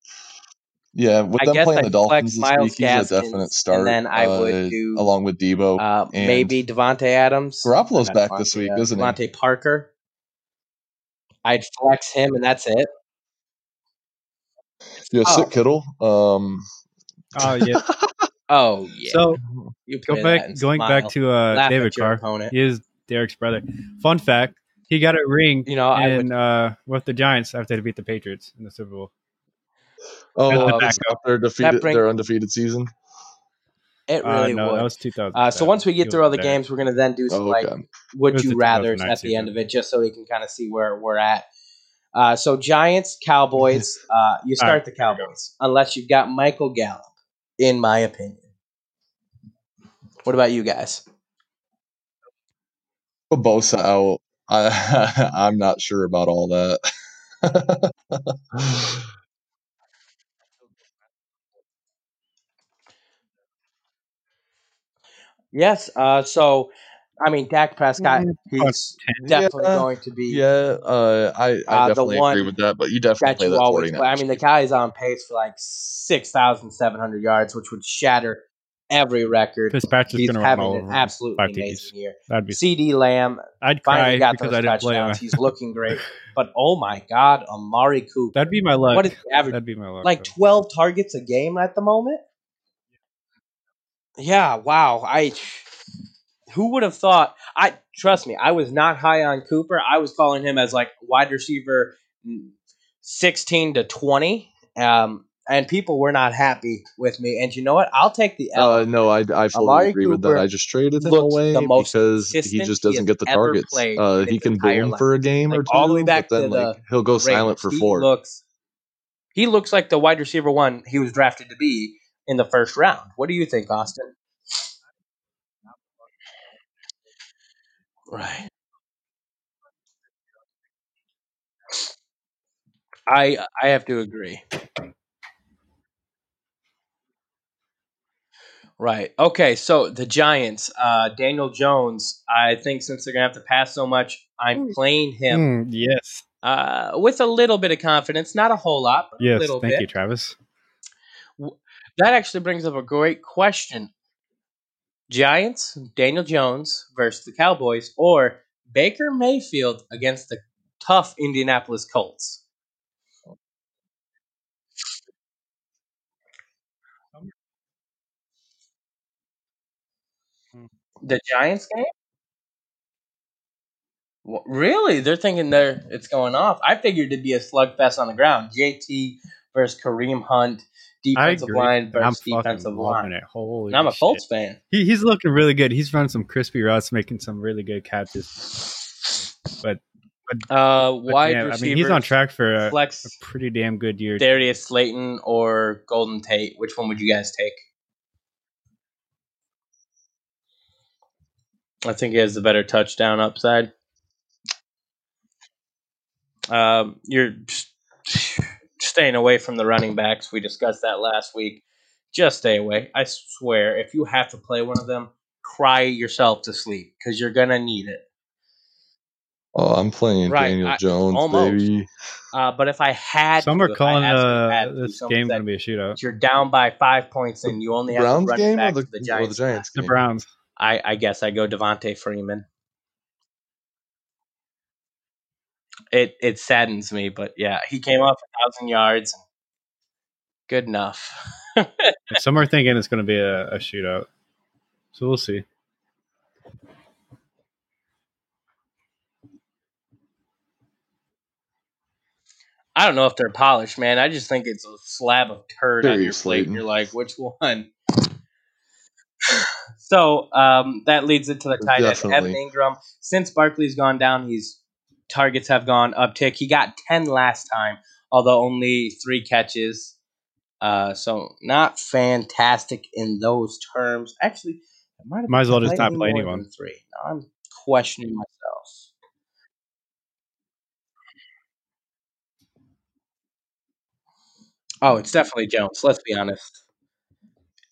S3: yeah, with
S1: I
S3: them
S1: guess
S3: playing
S1: I'd
S3: the
S1: flex
S3: Dolphins this
S1: Miles
S3: week, he's a
S1: Gaskins,
S3: definite
S1: and
S3: start,
S1: then I would
S3: uh,
S1: do
S3: along with Debo
S1: uh,
S3: and
S1: maybe Devonte Adams. Or
S3: Garoppolo's
S1: not
S3: back
S1: Devonte,
S3: this week,
S1: uh,
S3: isn't he?
S1: Devonte Parker. I'd flex him, and that's it.
S3: Yeah,
S1: Oh,
S3: sit Kittle. Um,
S2: Oh yeah.
S1: oh yeah.
S2: So
S1: You
S2: go
S1: play that
S2: back
S1: and
S2: going back
S1: smile,
S2: to uh,
S1: laugh
S2: David
S1: at your
S2: Carr.
S1: opponent.
S2: He is Derek's brother. Fun fact: he got a ring
S1: You know, I would.
S2: in uh, with the Giants after they beat the Patriots in the Super Bowl. As the
S3: oh,
S1: Um,
S3: to
S2: backup.
S3: stop their
S1: that
S3: defeated,
S1: bring
S3: their undefeated season.
S1: it
S2: Uh,
S1: really
S2: no, that
S1: would.
S2: was 2000.
S1: Uh, so once we
S2: He
S1: get through all
S2: wasn't
S1: the
S2: there.
S1: games, we're gonna then do some
S3: Oh,
S1: like
S3: okay.
S2: It
S1: would
S2: was
S1: you
S2: the
S1: rather's
S2: 2009
S1: at the end
S2: season.
S1: of it, just so we can kind of see where we're at. Uh, so Giants, Cowboys, uh, you
S2: All right.
S1: start the Cowboys unless you've got Michael Gallup, in my opinion. What about you guys?
S3: Put Bosa out. I, I'm not sure about all that.
S1: Yes. Uh, so, I mean, Dak Prescott,
S2: Mm, about
S1: he's
S2: 10.
S1: definitely
S3: yeah,
S1: going to be
S3: yeah. Uh, I I
S1: uh, the
S3: definitely agree
S1: one
S3: with that, but you definitely
S1: that
S3: play
S1: you
S3: that
S1: always play. I
S3: 49ers
S1: mean, the
S3: game.
S1: guy is on pace for like 6,700 yards, which would shatter every record.
S2: Fitzpatrick's
S1: He's
S2: going to run
S1: having
S2: all
S1: an
S2: over him.
S1: absolutely
S2: Five
S1: amazing
S2: TDs.
S1: year.
S2: That'd be.
S1: CD Lamb
S2: I'd
S1: finally
S2: cry
S1: got
S2: because
S1: those
S2: I didn't play him.
S1: touchdowns. He's looking great. But oh my God, Amari Cooper.
S2: That'd be my
S1: What
S2: luck.
S1: is the average?
S2: That'd be my luck.
S1: Like
S2: though.
S1: 12 targets a game at the moment? Yeah, wow. I who would have thought? I trust me, I was not high on Cooper. I was calling him as like wide receiver 16 to 20. Um and people were not happy with me. And you know what? I'll take the L.
S3: Uh, no, I I fully
S1: Amari
S3: agree with that. I
S1: Cooper
S3: just traded him
S1: looks the
S3: away
S1: most
S3: because he
S1: consistent
S3: just
S1: he
S3: doesn't
S1: has
S3: get the
S1: ever
S3: targets.
S1: played
S3: Uh,
S1: in
S3: he
S1: his
S3: can
S1: entire
S3: boom
S1: life.
S3: for a game
S1: Like
S3: or
S1: all the way
S3: two, but
S1: back to
S3: then like
S1: the
S3: he'll go silent
S1: Raiders.
S3: for
S1: He
S3: four.
S1: looks he looks like the wide receiver one he was drafted to be in the first round. What do you think, Austin? Right. I I have to agree. Right. Okay. So the Giants, uh, Daniel Jones. I think since they're gonna have to pass so much, I'm playing him
S2: Mm, yes.
S1: uh, with a little bit of confidence, not a whole lot, but a
S2: Yes.
S1: little
S2: Thank
S1: bit.
S2: you, Travis.
S1: W- That actually brings up a great question. Giants, Daniel Jones versus the Cowboys, or Baker Mayfield against the tough Indianapolis Colts. The Giants game? Wh- Really? They're thinking they're it's going off. I figured it'd be a slugfest on the ground. JT versus Kareem Hunt,
S2: I
S1: defensive
S2: agree.
S1: line
S2: And I'm
S1: versus
S2: fucking
S1: defensive
S2: loving
S1: line.
S2: it. Holy
S1: And I'm a
S2: shit.
S1: Colts fan.
S2: He, he's looking really good. He's running some crispy routes, making some really good catches. But but
S1: Uh,
S2: but
S1: wide
S2: damn, I mean, he's on
S1: receivers,
S2: track for uh, a, a
S1: flex,
S2: pretty damn good year.
S1: Darius Slayton or Golden Tate. Which one would you guys take? I think he has the better touchdown upside. Um, you're staying away from the running backs. We discussed that last week. Just stay away. I swear, if you have to play one of them, cry yourself to sleep because you're gonna need it.
S3: Oh, I'm playing
S1: Right,
S3: Daniel
S1: I-
S3: Jones,
S1: almost.
S3: baby.
S1: Uh, but if I had
S2: Some
S1: to,
S2: are
S1: if I
S2: calling
S1: absolutely had
S2: uh,
S1: to,
S2: this
S1: someone
S2: game
S1: said
S2: going to be a shootout.
S1: you're down by five points and you only
S3: The
S1: have to
S3: Browns
S1: run it
S3: game or
S1: back
S3: the,
S1: to the
S3: or the
S1: Giants.
S3: Giants
S2: The
S3: game?
S2: Browns.
S1: I, I guess I go Devontae Freeman. It it saddens me, but yeah, he came off a thousand yards. Good enough.
S2: And some are thinking it's going to be a, a shootout. So we'll see.
S1: I don't know if they're polished, man. I just think it's a slab of turd on your
S3: Darius
S1: plate. And
S3: Slayton.
S1: you're like, which one? So um, that leads into the tight end, Evan
S3: Definitely.
S1: Ingram. Since Barkley's gone down, his targets have gone uptick. He got ten last time, although only three catches. Uh, so not fantastic in those terms. Actually, it might have
S2: Might as well
S1: been
S2: just not
S1: slightly
S2: play
S1: more
S2: anyone.
S1: than three. Now I'm questioning myself. Oh, it's definitely Jones. Let's be honest.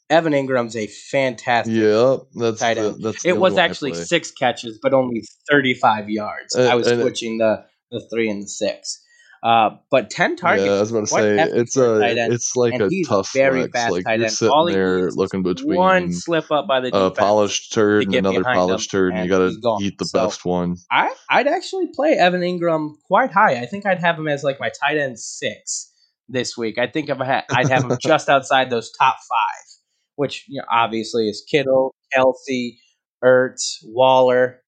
S1: Evan Ingram's a fantastic
S3: Yep, that's
S1: tight
S3: the
S1: end.
S3: that's the
S1: It
S3: only
S1: was
S3: one I
S1: actually
S3: play.
S1: six catches, but only 35 yards. I
S3: Uh,
S1: was
S3: and it-
S1: switching the, the three and the six. Uh, but 10
S3: yeah, I
S1: targets
S3: was
S1: is
S3: about to
S1: quite
S3: say
S1: hefty
S3: it's
S1: for a tight
S3: a
S1: end,
S3: it's like
S1: and
S3: a
S1: he's a
S3: tough
S1: very
S3: flex.
S1: fast
S3: Like
S1: tight
S3: you're
S1: end. All
S3: sitting
S1: he
S3: there
S1: needs is
S3: looking
S1: one
S3: between uh,
S1: slip up by the
S3: a
S1: defense
S3: polished turd
S1: to
S3: and
S1: get
S3: another
S1: behind him,
S3: polished turd, and you
S1: and
S3: got to
S1: he's gone.
S3: eat the
S1: So
S3: best one.
S1: I, I'd actually play Evan Ingram quite high. I think I'd have him as like my tight end six this week. I think if I had, I'd have him just outside those top five, which you know, obviously is Kittle, Kelsey, Ertz, Waller.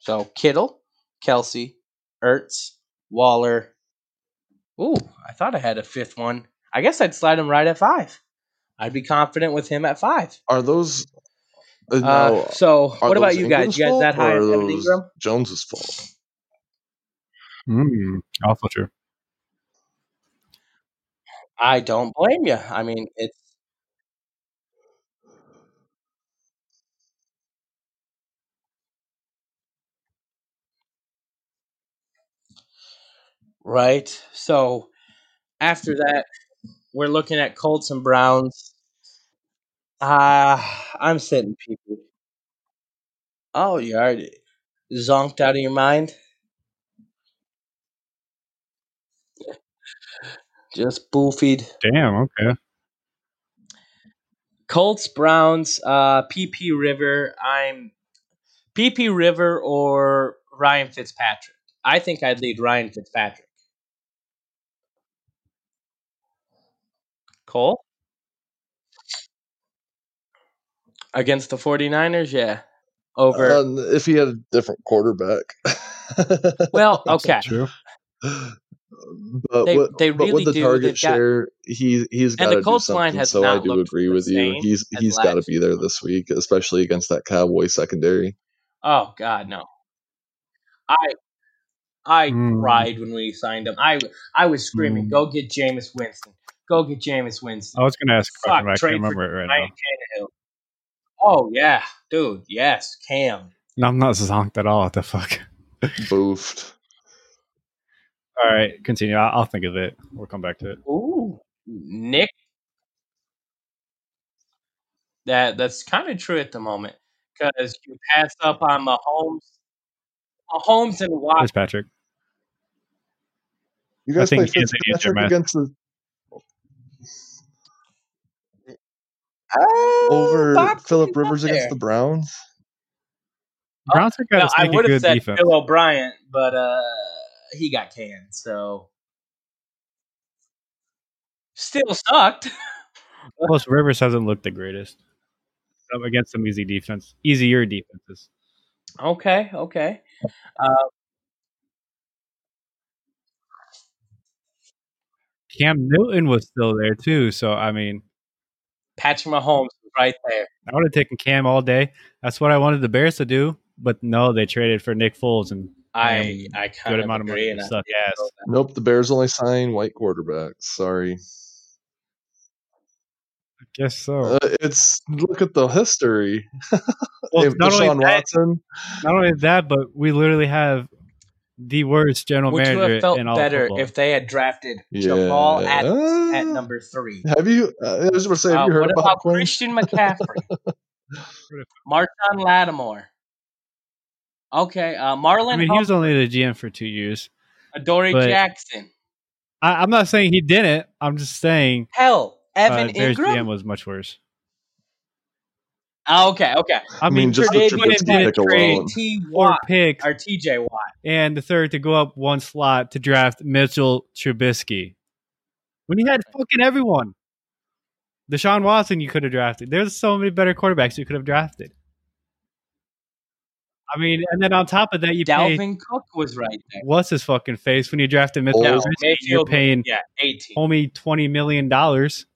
S1: So Kittle, Kelsey, Ertz, Waller. Ooh, I thought I had a fifth one. I guess I'd slide him right at five. I'd be confident with him at five.
S3: Are those uh,
S1: Uh,
S3: now?
S1: so
S3: Are
S1: what about
S3: those
S1: you guys?
S3: Ingram's
S1: You guys
S3: fault
S1: that high
S3: or
S1: on
S3: are
S1: Evan
S3: those
S1: Ingram?
S3: Jones's fault?
S2: Mm, also true.
S1: I don't blame you. I mean, it's right. So after that, we're looking at Colts and Browns. Uh, I'm sitting people. Oh, you already zonked out of your mind. Just boofied.
S2: Damn. Okay.
S1: Colts, Browns, uh, PP River. I'm PP River or Ryan Fitzpatrick. I think I'd lead Ryan Fitzpatrick. Cole? Against the 49ers? Yeah. Over.
S3: Um, if he had a different quarterback.
S1: Well,
S2: Also
S1: okay.
S2: true.
S3: But
S1: They
S3: what?
S1: they
S3: But with
S1: really
S3: the
S1: do.
S3: target
S1: They've got
S3: share, he he's
S1: and
S3: got
S1: the
S3: to do
S1: Colts line
S3: something.
S1: has
S3: So I
S1: not
S3: do
S1: looked
S3: agree
S1: the
S3: with you.
S1: same
S3: He's
S1: as
S3: he's got to
S1: last
S3: be there this week, especially against that Cowboy secondary.
S1: Oh God, no! I I
S2: Mm,
S3: Hmm.
S1: cried when we signed him. I I was screaming,
S2: mm.
S1: "Go get Jameis Winston! Go get Jameis Winston.
S2: I was going to ask a question,
S1: Fuck,
S2: but I
S1: trade
S2: can't
S1: for
S2: remember it right
S1: Ryan Tannehill. Oh yeah, dude. Yes, Cam.
S2: now. No, I'm not zonked at all. What the fuck?
S3: Boofed.
S2: All right, continue. I'll, I'll think of it. We'll come back to it.
S1: Ooh, Nick. That that's kind of true at the moment because you pass up on Mahomes, Mahomes and Watson.
S2: Fitzpatrick.
S3: You
S2: I
S3: guys
S2: think
S3: play
S2: Kansas City is their
S3: Fitzpatrick
S2: match.
S3: against the over
S1: Bob
S3: Philip
S1: Queen's up
S3: Rivers against
S1: there.
S3: the Browns.
S2: Browns have got
S1: uh, No,
S2: a
S1: I
S2: sneaky
S1: would have
S2: good
S1: said
S2: defense.
S1: Bill O'Brien, but uh, he got canned, so still sucked.
S2: Plus, Rivers hasn't looked the greatest up against some easy defense, easier defenses.
S1: Okay, okay.
S2: Cam Newton was still there too, so I mean,
S1: Patrick Mahomes was right there.
S2: I would have taken Cam all day. That's what I wanted the Bears to do, but no, they traded for Nick Foles, and
S1: I I kind of
S2: amount of money
S1: agree,
S2: to
S1: and I
S2: suck
S1: didn't
S2: ass.
S1: know that.
S3: Nope, the Bears only sign white quarterbacks. Sorry.
S2: I guess so.
S3: Uh, it's look at the history.
S2: Well,
S3: If
S2: not only
S3: Deshaun
S2: that-
S3: Watson.
S2: Not only that, but we literally have the worst general
S1: Would you
S2: manager
S1: have felt
S2: in all
S1: better
S2: football.
S1: if they had drafted
S3: Yeah.
S1: Jamal Adams at number three?
S3: Have you? Uh, I was going to say, have
S1: Uh,
S3: you heard
S1: what
S3: about,
S1: about
S3: Quinn?
S1: Christian McCaffrey? Marshawn Lattimore. Okay, uh, Marlon
S2: I mean, he was only the GM for two years.
S1: Humphrey, Adoree
S2: but-
S1: Jackson.
S2: I, I'm not saying he didn't. I'm just saying
S1: Hell, Evan
S2: uh, Bears GM
S1: Ingram.
S2: was much worse.
S1: Ah, okay, okay.
S2: I,
S3: I
S2: mean,
S3: mean, just
S2: Trey
S3: the
S1: Trubisky
S2: Quinn didn't
S3: pick alone.
S2: trade
S1: T.
S2: four
S1: Watt
S2: picks
S1: or T.J. Watt.
S2: and the third to go up one slot to draft Mitchell Trubisky. When he had fucking everyone. Deshaun Watson, you could have drafted. There's so many better quarterbacks you could have drafted. I mean, and then on top of that, you pay
S1: Dalvin Cook was right there.
S2: what's his fucking face when you drafted Mitchell
S3: No,
S1: No,
S2: Trubisky, You're
S1: Mayfield.
S2: paying
S1: Yeah, eighteen.
S2: homie twenty million dollars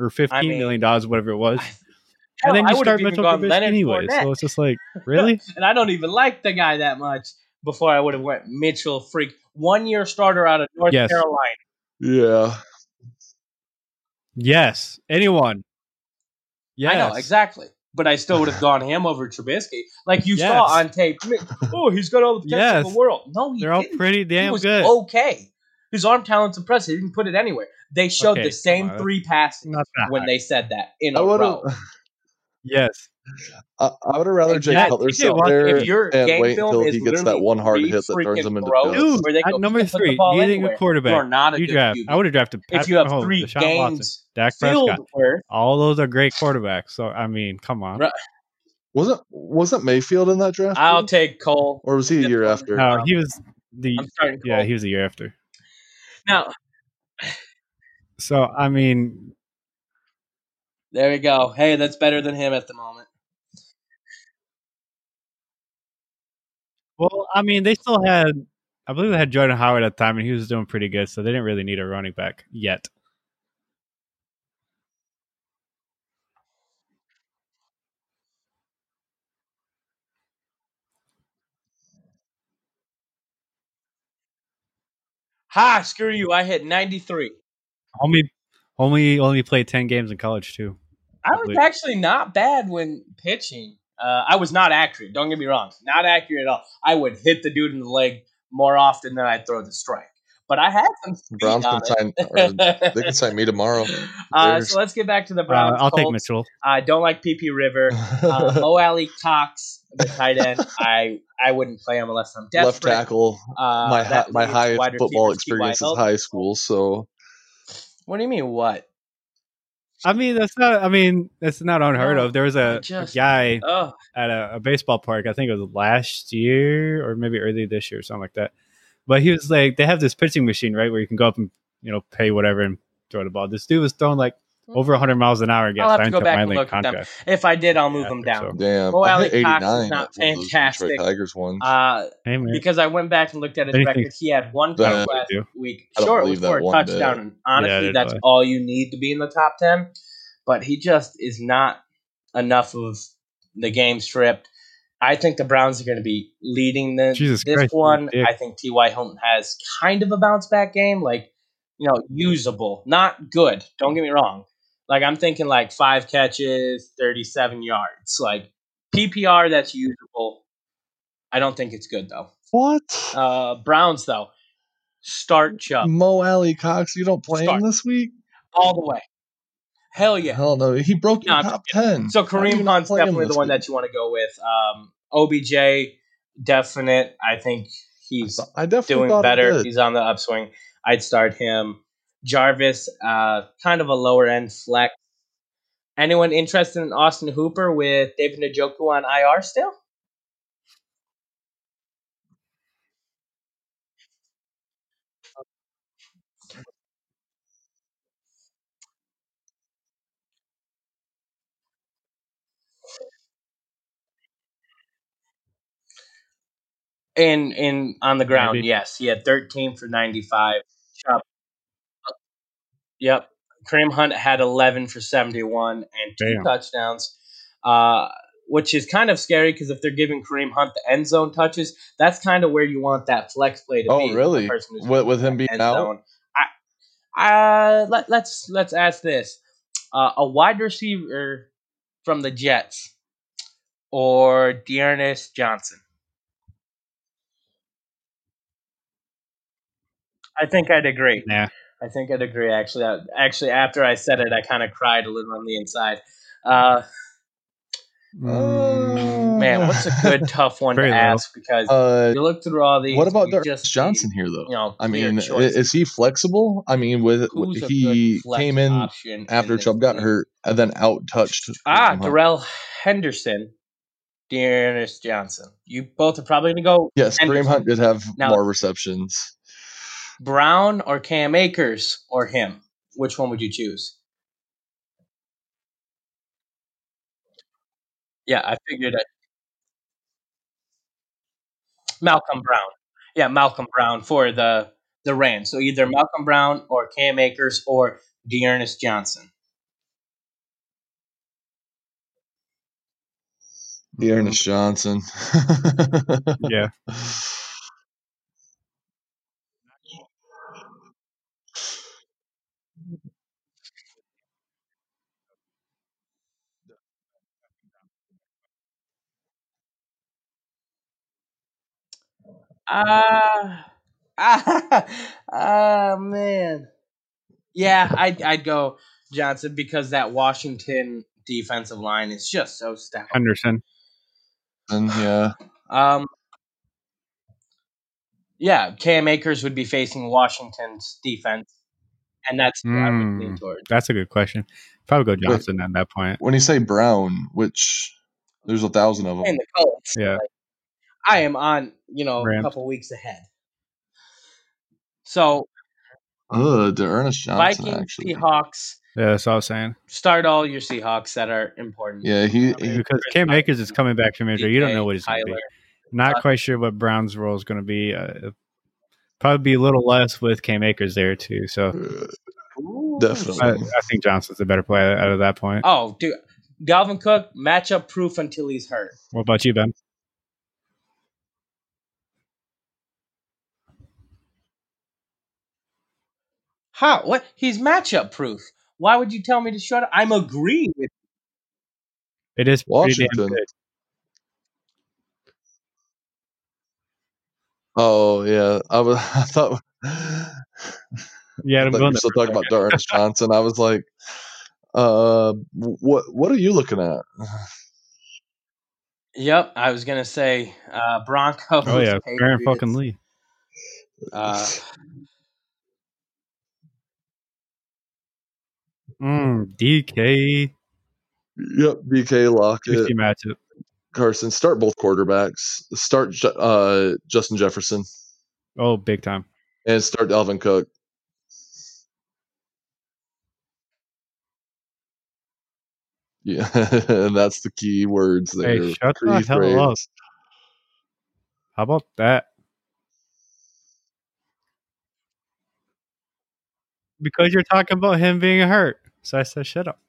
S2: or fifteen million
S1: mean-
S2: dollars, whatever it was.
S1: I-
S2: and then
S1: Hell,
S2: you
S1: I would've
S2: start
S1: even
S2: Mitchell
S1: gone
S2: Trubisky
S1: Leonard
S2: anyway,
S1: Fournette.
S2: so it's just like really.
S1: and I don't even like the guy that much. Before I would have went Mitchell Freak, one year starter out of North
S2: Yes.
S1: Carolina.
S3: Yeah.
S2: yes, anyone. Yes,
S1: I know exactly, but I still would have gone him over Trubisky, like you
S2: Yes.
S1: saw on tape. Oh, he's got all the potential in
S2: Yes.
S1: the world. No, he
S2: They're all
S1: didn't.
S2: pretty
S1: he
S2: damn
S1: was
S2: good.
S1: okay. His arm talent's impressive. He didn't put it anywhere. They showed
S2: Okay,
S1: the same
S2: come on.
S1: three passes
S2: Not that
S1: when
S2: high.
S1: they said that in
S3: I
S1: a
S3: would have.
S1: row.
S2: Yes,
S3: I, I would have rather Jay
S2: Exactly.
S3: Cutler
S2: If
S3: sit
S2: you-
S3: there
S1: If your
S3: and
S1: game
S3: wait
S1: film
S3: until
S1: is
S3: he gets that
S1: literally
S3: one hard
S1: three
S3: hit that turns
S1: freaking
S3: him into
S1: throws
S3: dust.
S2: Dude,
S1: where they
S2: at
S1: go,
S2: number
S1: "You can put the
S2: three,
S1: ball
S2: do you think a
S1: anywhere."
S2: quarterback-
S1: You're not a
S2: you
S1: good
S2: draft.
S1: QB.
S2: I would have drafted Pat
S1: if you have
S2: Mahomes,
S1: three
S2: Deshaun Watson,
S1: games
S2: Dak
S1: filled
S2: Prescott,
S1: worth,
S2: all those are great quarterbacks. So I mean, come on.
S1: Right.
S3: Wasn't wasn't Mayfield in that draft?
S1: I'll
S3: too?
S1: take Cole.
S3: or was he a
S1: this
S3: year
S1: one.
S3: after?
S2: No, Uh, he was the
S1: I'm starting Cole.
S2: yeah, he was a year after.
S1: now
S2: So I mean,
S1: there we go. Hey, that's better than him at the moment.
S2: well, I mean, they still had, I believe they had Jordan Howard at the time, and he was doing pretty good. So they didn't really need a running back yet.
S1: Ha! Screw you! I hit 93.
S2: Only, only, only played ten games in college too.
S1: I was
S2: Completely.
S1: actually not bad when pitching. Uh, I was not accurate. Don't get me wrong. Not accurate at all. I would hit the dude in the leg more often than I'd throw the strike. But I had some speed
S3: Browns
S1: on
S3: can sign. Or
S1: it.
S3: they can sign me tomorrow.
S1: uh,
S3: Bears.
S1: so let's get back to the
S2: Uh,
S1: Browns.
S2: I'll take
S1: Colts.
S2: Mitchell.
S1: I don't like PP River. uh, Mo Alley Cox, the tight end. I I wouldn't play him unless I'm desperate.
S3: Left tackle.
S1: Uh,
S3: my hi-
S1: that
S3: my
S1: leaves
S3: highest
S1: wide
S3: football
S1: receivers, T.Y.
S3: experience is
S1: Hilton.
S3: high school, so
S1: What do you mean? What?
S2: I mean, that's not. I mean, that's not unheard
S1: No,
S2: of. There was
S1: I
S2: a,
S1: just-
S2: a guy
S1: Oh,
S2: at a, a baseball park. I think it was last year or maybe early this year or something like that. But he was like, they have this pitching machine, right, where you can go up and you know pay whatever and throw the ball. This dude was throwing like over 100 miles an hour. and
S1: I'll
S2: Got
S1: have to
S2: signed
S1: go
S2: to
S1: back
S2: minor
S1: and
S2: league
S1: look at them.
S2: contract.
S1: if I did, I'll move
S2: Yeah,
S1: them
S2: I think
S1: down.
S2: so.
S3: damn.
S1: Mo
S3: I
S1: Alley
S3: hit 89
S1: Cox is not
S3: at one of those
S1: fantastic.
S3: Detroit Tigers ones.
S1: Uh,
S2: Hey man,
S1: because I went back and looked at his
S2: Anything-
S1: record. He had one
S3: That-
S1: catch last
S2: do.
S1: week.
S3: I don't
S1: Sure, it
S3: believe
S1: was for
S3: that
S1: a
S3: one
S1: touchdown,
S3: bit.
S1: and
S2: Yeah,
S1: honestly,
S2: neither
S1: that's
S2: do I.
S1: all you need to be in the top ten. But he just is not enough of the game stripped. I think the Browns are going to be leading the,
S2: Jesus
S1: this
S2: Christ,
S1: one.
S2: you're a dick.
S1: I think T.Y. Hilton has kind of a bounce back game. Like, you know, usable, not good. Don't get me wrong. Like I'm thinking like five catches, 37 yards, like PPR that's usable. I don't think it's good though.
S3: What?
S1: Uh, Browns though, start Chubb
S3: Mo Alley Cox, you don't play
S1: Start.
S3: him this week?
S1: all the way. Hell yeah.
S3: Hell no. He broke your
S1: No, I'm
S3: top ten.
S1: So
S3: How do you
S1: Kareem
S3: not
S1: Hunt's
S3: play him
S1: definitely
S3: this
S1: the one
S3: week?
S1: that you want to go with. Um, OBJ, definite. I think he's
S3: I definitely
S1: doing
S3: thought
S1: better.
S3: It did.
S1: He's on the upswing. I'd start him. Jarvis, uh, kind of a lower end flex. Anyone interested in Austin Hooper with David Njoku on IR still? In in on the ground,
S2: Maybe.
S1: yes. He had 13 for 95. Chubb, Yep. Kareem Hunt had 11 for 71 and two
S2: Damn.
S1: touchdowns, uh, which is kind of scary because if they're giving Kareem Hunt the end zone touches, that's kind of where you want that flex play to
S3: Oh,
S1: be. The
S3: really?
S1: person who's
S3: With, with him being
S1: end
S3: out?
S1: zone. I, uh, let, let's let's ask this: uh, a wide receiver from the Jets or Dearness Johnson? I think I'd agree.
S2: Nah.
S1: I think I'd agree. Actually, I, actually, after I said it, I kind of cried a little on the inside. Uh,
S3: Oh.
S2: Mm,
S1: man, what's a good tough one to
S2: Very low.
S1: ask because
S3: Uh,
S1: you look through all these.
S3: what about
S1: you
S3: Darius
S1: just
S3: Johnson here,
S1: see,
S3: though?
S1: You know,
S3: I
S1: clear
S3: mean, i-
S1: choices.
S3: is he flexible? I mean, with
S1: Who's a good
S3: he
S1: flex
S3: came in
S1: option in
S3: after
S1: this
S3: Chubb got
S1: league?
S3: hurt and then out touched.
S1: Ah, Darrell Henderson, Dearness Johnson. You both are probably going to go
S3: Yes,
S1: Henderson.
S3: Kareem Hunt did have
S1: Now-
S3: more receptions.
S1: Brown or Cam Akers or him. Which one would you choose? Yeah, I figured that Malcolm Brown. Yeah, Malcolm Brown for the the Rams. So either Malcolm Brown or Cam Akers or Dearness Johnson. Mm-hmm.
S3: Dearness Johnson.
S2: Yeah.
S1: Ah, ah, ah, man. Yeah, I'd, I'd go Johnson because that Washington defensive line is just so stout.
S2: Henderson.
S3: And yeah.
S1: Um, yeah, Cam Akers would be facing Washington's defense, and that's who I would lean
S2: Mm,
S1: towards.
S2: that's a good question. Probably go
S3: Wait.
S2: Johnson at that point.
S3: When you say Brown, which there's a thousand of them.
S1: And the Colts,
S2: Yeah.
S1: I am on, you know, a
S2: Rams.
S1: couple weeks ahead. So
S3: Ugh, Dearness Johnson,
S1: Vikings,
S3: actually.
S1: Seahawks,
S2: Yeah, that's all I was saying.
S1: start all your Seahawks that are important.
S3: Yeah, he,
S1: I mean,
S3: he
S2: Because
S1: Chris
S2: Cam
S1: Godwin,
S2: Akers is coming back from injury. You don't know
S1: DK,
S2: what he's going to
S1: Tyler.
S2: be. Not quite sure what Brown's role is going to be. Uh, probably be a little less with Cam Akers there, too. So
S3: Uh,
S1: Ooh.
S2: I,
S3: definitely.
S2: I think Johnson's a better player out of that
S3: Uh,
S2: point.
S1: Oh, dude. Dalvin Cook, matchup proof until he's hurt.
S2: What about you, Ben?
S1: How? What? He's matchup proof. Why would you tell me to shut up? I'm agreeing with
S2: It is pretty damn
S3: Washington.
S2: good.
S3: Oh yeah, I was. I thought.
S2: Yeah,
S3: I
S2: I'm going
S3: thought you were
S2: there
S3: still
S2: for a
S3: talking
S2: second.
S3: about Darnus Johnson. I was like, uh, what? What are you looking at?
S1: Yep, I was gonna say uh, Broncos,
S2: Oh, yeah. Aaron fucking
S1: Patriots.
S2: Lee.
S1: Uh,
S2: Mm, DK.
S3: Yep, BK Lockett,
S2: Juicy matchup.
S3: Carson. Start both quarterbacks. Start Ju- uh, Justin Jefferson
S2: Oh, big time.
S3: and start Dalvin Cook. Yeah, and that's the key words
S2: Hey,
S3: there.
S2: shut the
S3: Three
S2: hell up.
S3: threes.
S2: How about that? Because you're talking about him being hurt. So I said, shut up.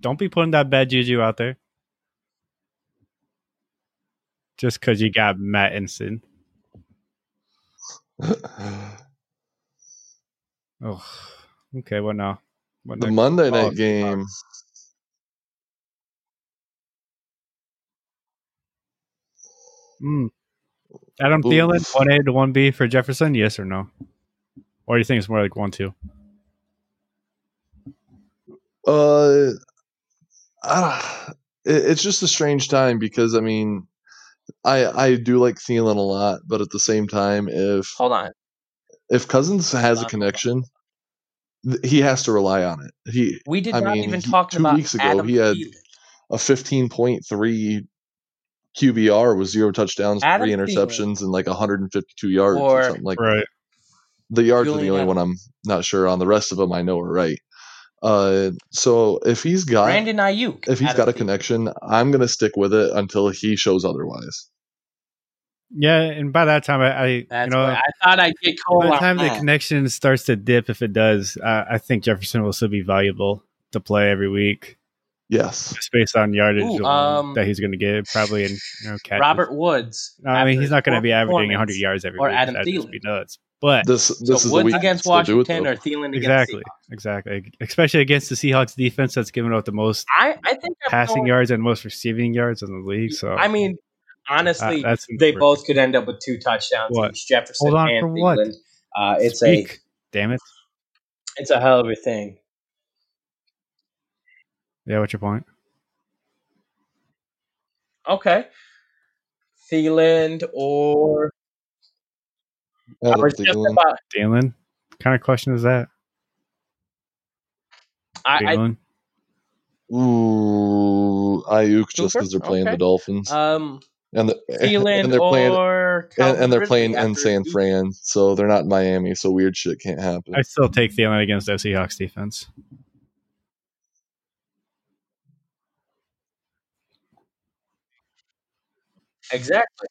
S2: Don't be putting that bad juju out there just because you got Matt Instant. Oh, okay. What now? What
S3: The
S2: next?
S3: Monday night
S2: Oh,
S3: game.
S2: Mm. Adam
S3: Ooh.
S2: Thielen, one A to one B for Jefferson. Yes or no? Or do you think it's more like one two?
S3: Uh, ah, it, it's just a strange time because I mean, I I do like Thielen a lot, but at the same time, if
S1: Hold on.
S3: if Cousins has
S1: Hold
S3: a
S1: on.
S3: connection, th- he has to rely on it. He
S1: We did
S3: I
S1: not
S3: mean,
S1: even
S3: he-
S1: talk
S3: two
S1: about
S3: weeks ago,
S1: Adam
S3: he had-
S1: Thielen.
S3: a fifteen point three QBR with zero touchdowns,
S1: Adam
S3: three
S1: Thielen
S3: interceptions, and like 152 yards
S1: or
S3: or something like that.
S2: Right.
S3: the yards are the
S1: Julian
S3: only
S1: Edelman.
S3: one I'm not sure on. The rest of them I know are right. Uh, so if he's got
S1: Brandon Ayuk.
S3: if he's
S1: Adam
S3: got a
S1: Thielen.
S3: connection, I'm gonna stick with it until he shows otherwise.
S2: Yeah, and by that time, I, I you
S1: That's
S2: know,
S1: why I thought I'd get uh, cold
S2: by the
S1: on
S2: time the
S1: that.
S2: connection starts to dip, if it does, uh, I think Jefferson will still be valuable to play every week,
S3: Yes.
S2: just based on yardage
S1: Ooh,
S2: alone
S1: um,
S2: that he's going to get probably in you know catches.
S1: Robert Woods.
S2: No, I mean
S1: after
S2: he's not going to
S1: poor
S2: be averaging 100
S1: performance.
S2: yards every
S1: or
S2: week.
S1: Adam
S2: That'd just
S1: Thielen.
S2: be nuts. But
S3: This this
S1: so
S3: is the
S1: Woods
S3: week
S1: against
S3: to do it,
S1: Washington
S3: though.
S1: or Thielen against
S2: exactly,
S1: Seahawks.
S2: exactly, especially against the Seahawks defense that's giving up the most
S1: I, I think I'm
S2: passing
S1: going-
S2: yards and most receiving yards in the league. So
S1: I mean,
S2: uh,
S1: honestly,
S2: that's
S1: they both could end up with two touchdowns
S2: What?
S1: each, Jefferson
S2: Hold on
S1: and
S2: for what?
S1: Thielen. Uh, it's
S2: Speak,
S1: a
S2: damn it.
S1: it's a hell of a thing.
S2: Yeah, what's your point?
S1: Okay, Thielen or I
S3: Adam
S1: was just
S3: Thielen.
S1: about
S2: Dylan, kind of question is that?
S1: I,
S2: Dylan,
S3: Ooh, Ayuk just
S1: Cooper?
S3: because they're playing
S1: Okay.
S3: the Dolphins
S1: I um
S3: and the,
S1: Thielen
S3: and they're playing
S1: or
S3: and,
S1: Calvin
S3: and they're
S1: Ridley
S3: playing in
S1: after
S3: San
S1: two-
S3: Fran, so they're not in Miami, so weird shit can't happen.
S2: I still take Thielen against the Seahawks defense.
S1: exactly.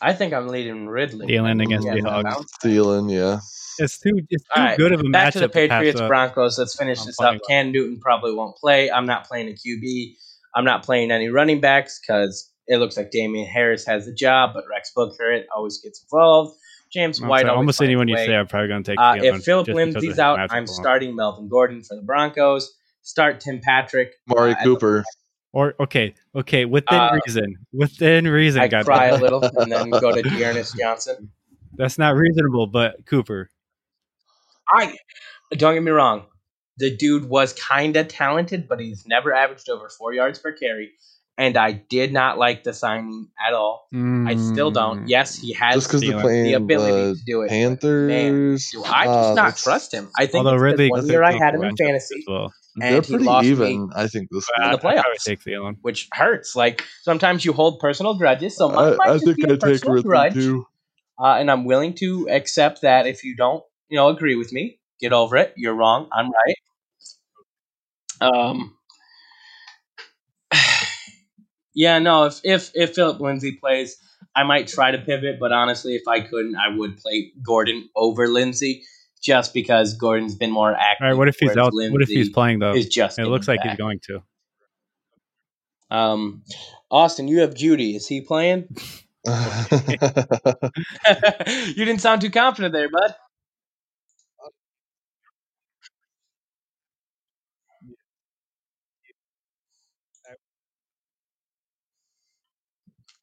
S1: I think I'm leading Ridley. I
S2: Thielen
S1: think
S2: against
S1: he
S2: the
S1: has that
S2: Hawks.
S1: bounce back.
S3: Thielen, yeah.
S2: It's too it's too
S1: All right,
S2: good of a
S1: back to the
S2: matchup to pass
S1: Patriots
S2: up.
S1: Broncos. Let's finish
S2: I'm
S1: this
S2: playing
S1: up. Cam Newton probably won't play. I'm not playing a QB. I'm not playing any running backs because it looks like Damian Harris has the job, but Rex Burkhead almost gets involved. James
S2: I'm
S1: White
S2: saying
S1: always
S2: almost
S1: finds
S2: anyone
S1: a
S2: you
S1: way.
S2: say, I'm probably going to take
S1: Uh,
S2: Thielen
S1: if Philip
S2: just because of
S1: Lindsay's
S2: his
S1: out,
S2: matchup
S1: I'm
S2: alone.
S1: starting Melvin Gordon for the Broncos. Start Tim Patrick.
S3: Mari
S1: Uh, as
S3: Cooper.
S2: Or okay, okay,
S1: a,
S2: within
S1: uh,
S2: reason, within reason,
S1: I
S2: God,
S1: cry a little and then go to Dearness Johnson.
S2: that's not reasonable. But Cooper,
S1: I don't get me wrong. The dude was kind of talented, but he's never averaged over four yards per carry. And I did not like the signing at all. I still
S2: Hmm.
S3: Mm.
S1: don't. Yes, he
S3: just
S1: has
S3: because they're
S2: Thielen.
S1: the
S3: playing
S1: ability
S3: the
S1: to do it, but man,
S3: uh, Panthers,
S1: do I
S3: uh,
S1: just not
S3: that's-
S1: trust him? I think
S2: although
S1: it's because
S2: Ridley,
S1: one
S2: I
S1: year
S2: think
S1: I
S2: tough
S1: had him in
S2: matchup as
S1: fantasy
S2: well.
S3: they're
S1: and he
S3: pretty
S1: lost me
S3: even. I think this
S2: But
S1: in
S2: I,
S1: the
S3: week.
S2: I'd probably
S1: playoffs,
S2: take Thielen.
S1: which hurts. Like sometimes you hold personal grudges, so mine might
S3: I, I
S1: just
S3: think
S1: be a
S3: I take
S1: personal
S3: Ridley
S1: grudge
S3: too.
S1: uh, and I'm willing to accept that if you don't, you know, agree with me, get over it. You're wrong. I'm right. Um, yeah, no. If if if Philip Lindsay plays, I might try to pivot, but honestly, if I couldn't, I would play Gordon over Lindsay just because Gordon's been more
S2: All right,
S1: active,
S2: what if he's
S1: whereas
S2: out? What if he's
S1: Lindsay
S2: playing though?
S1: is just
S2: It
S1: getting
S2: looks like he's
S1: back.
S2: going to.
S1: Um, Austin, you have Judy. Is he playing? you didn't sound too confident there, bud.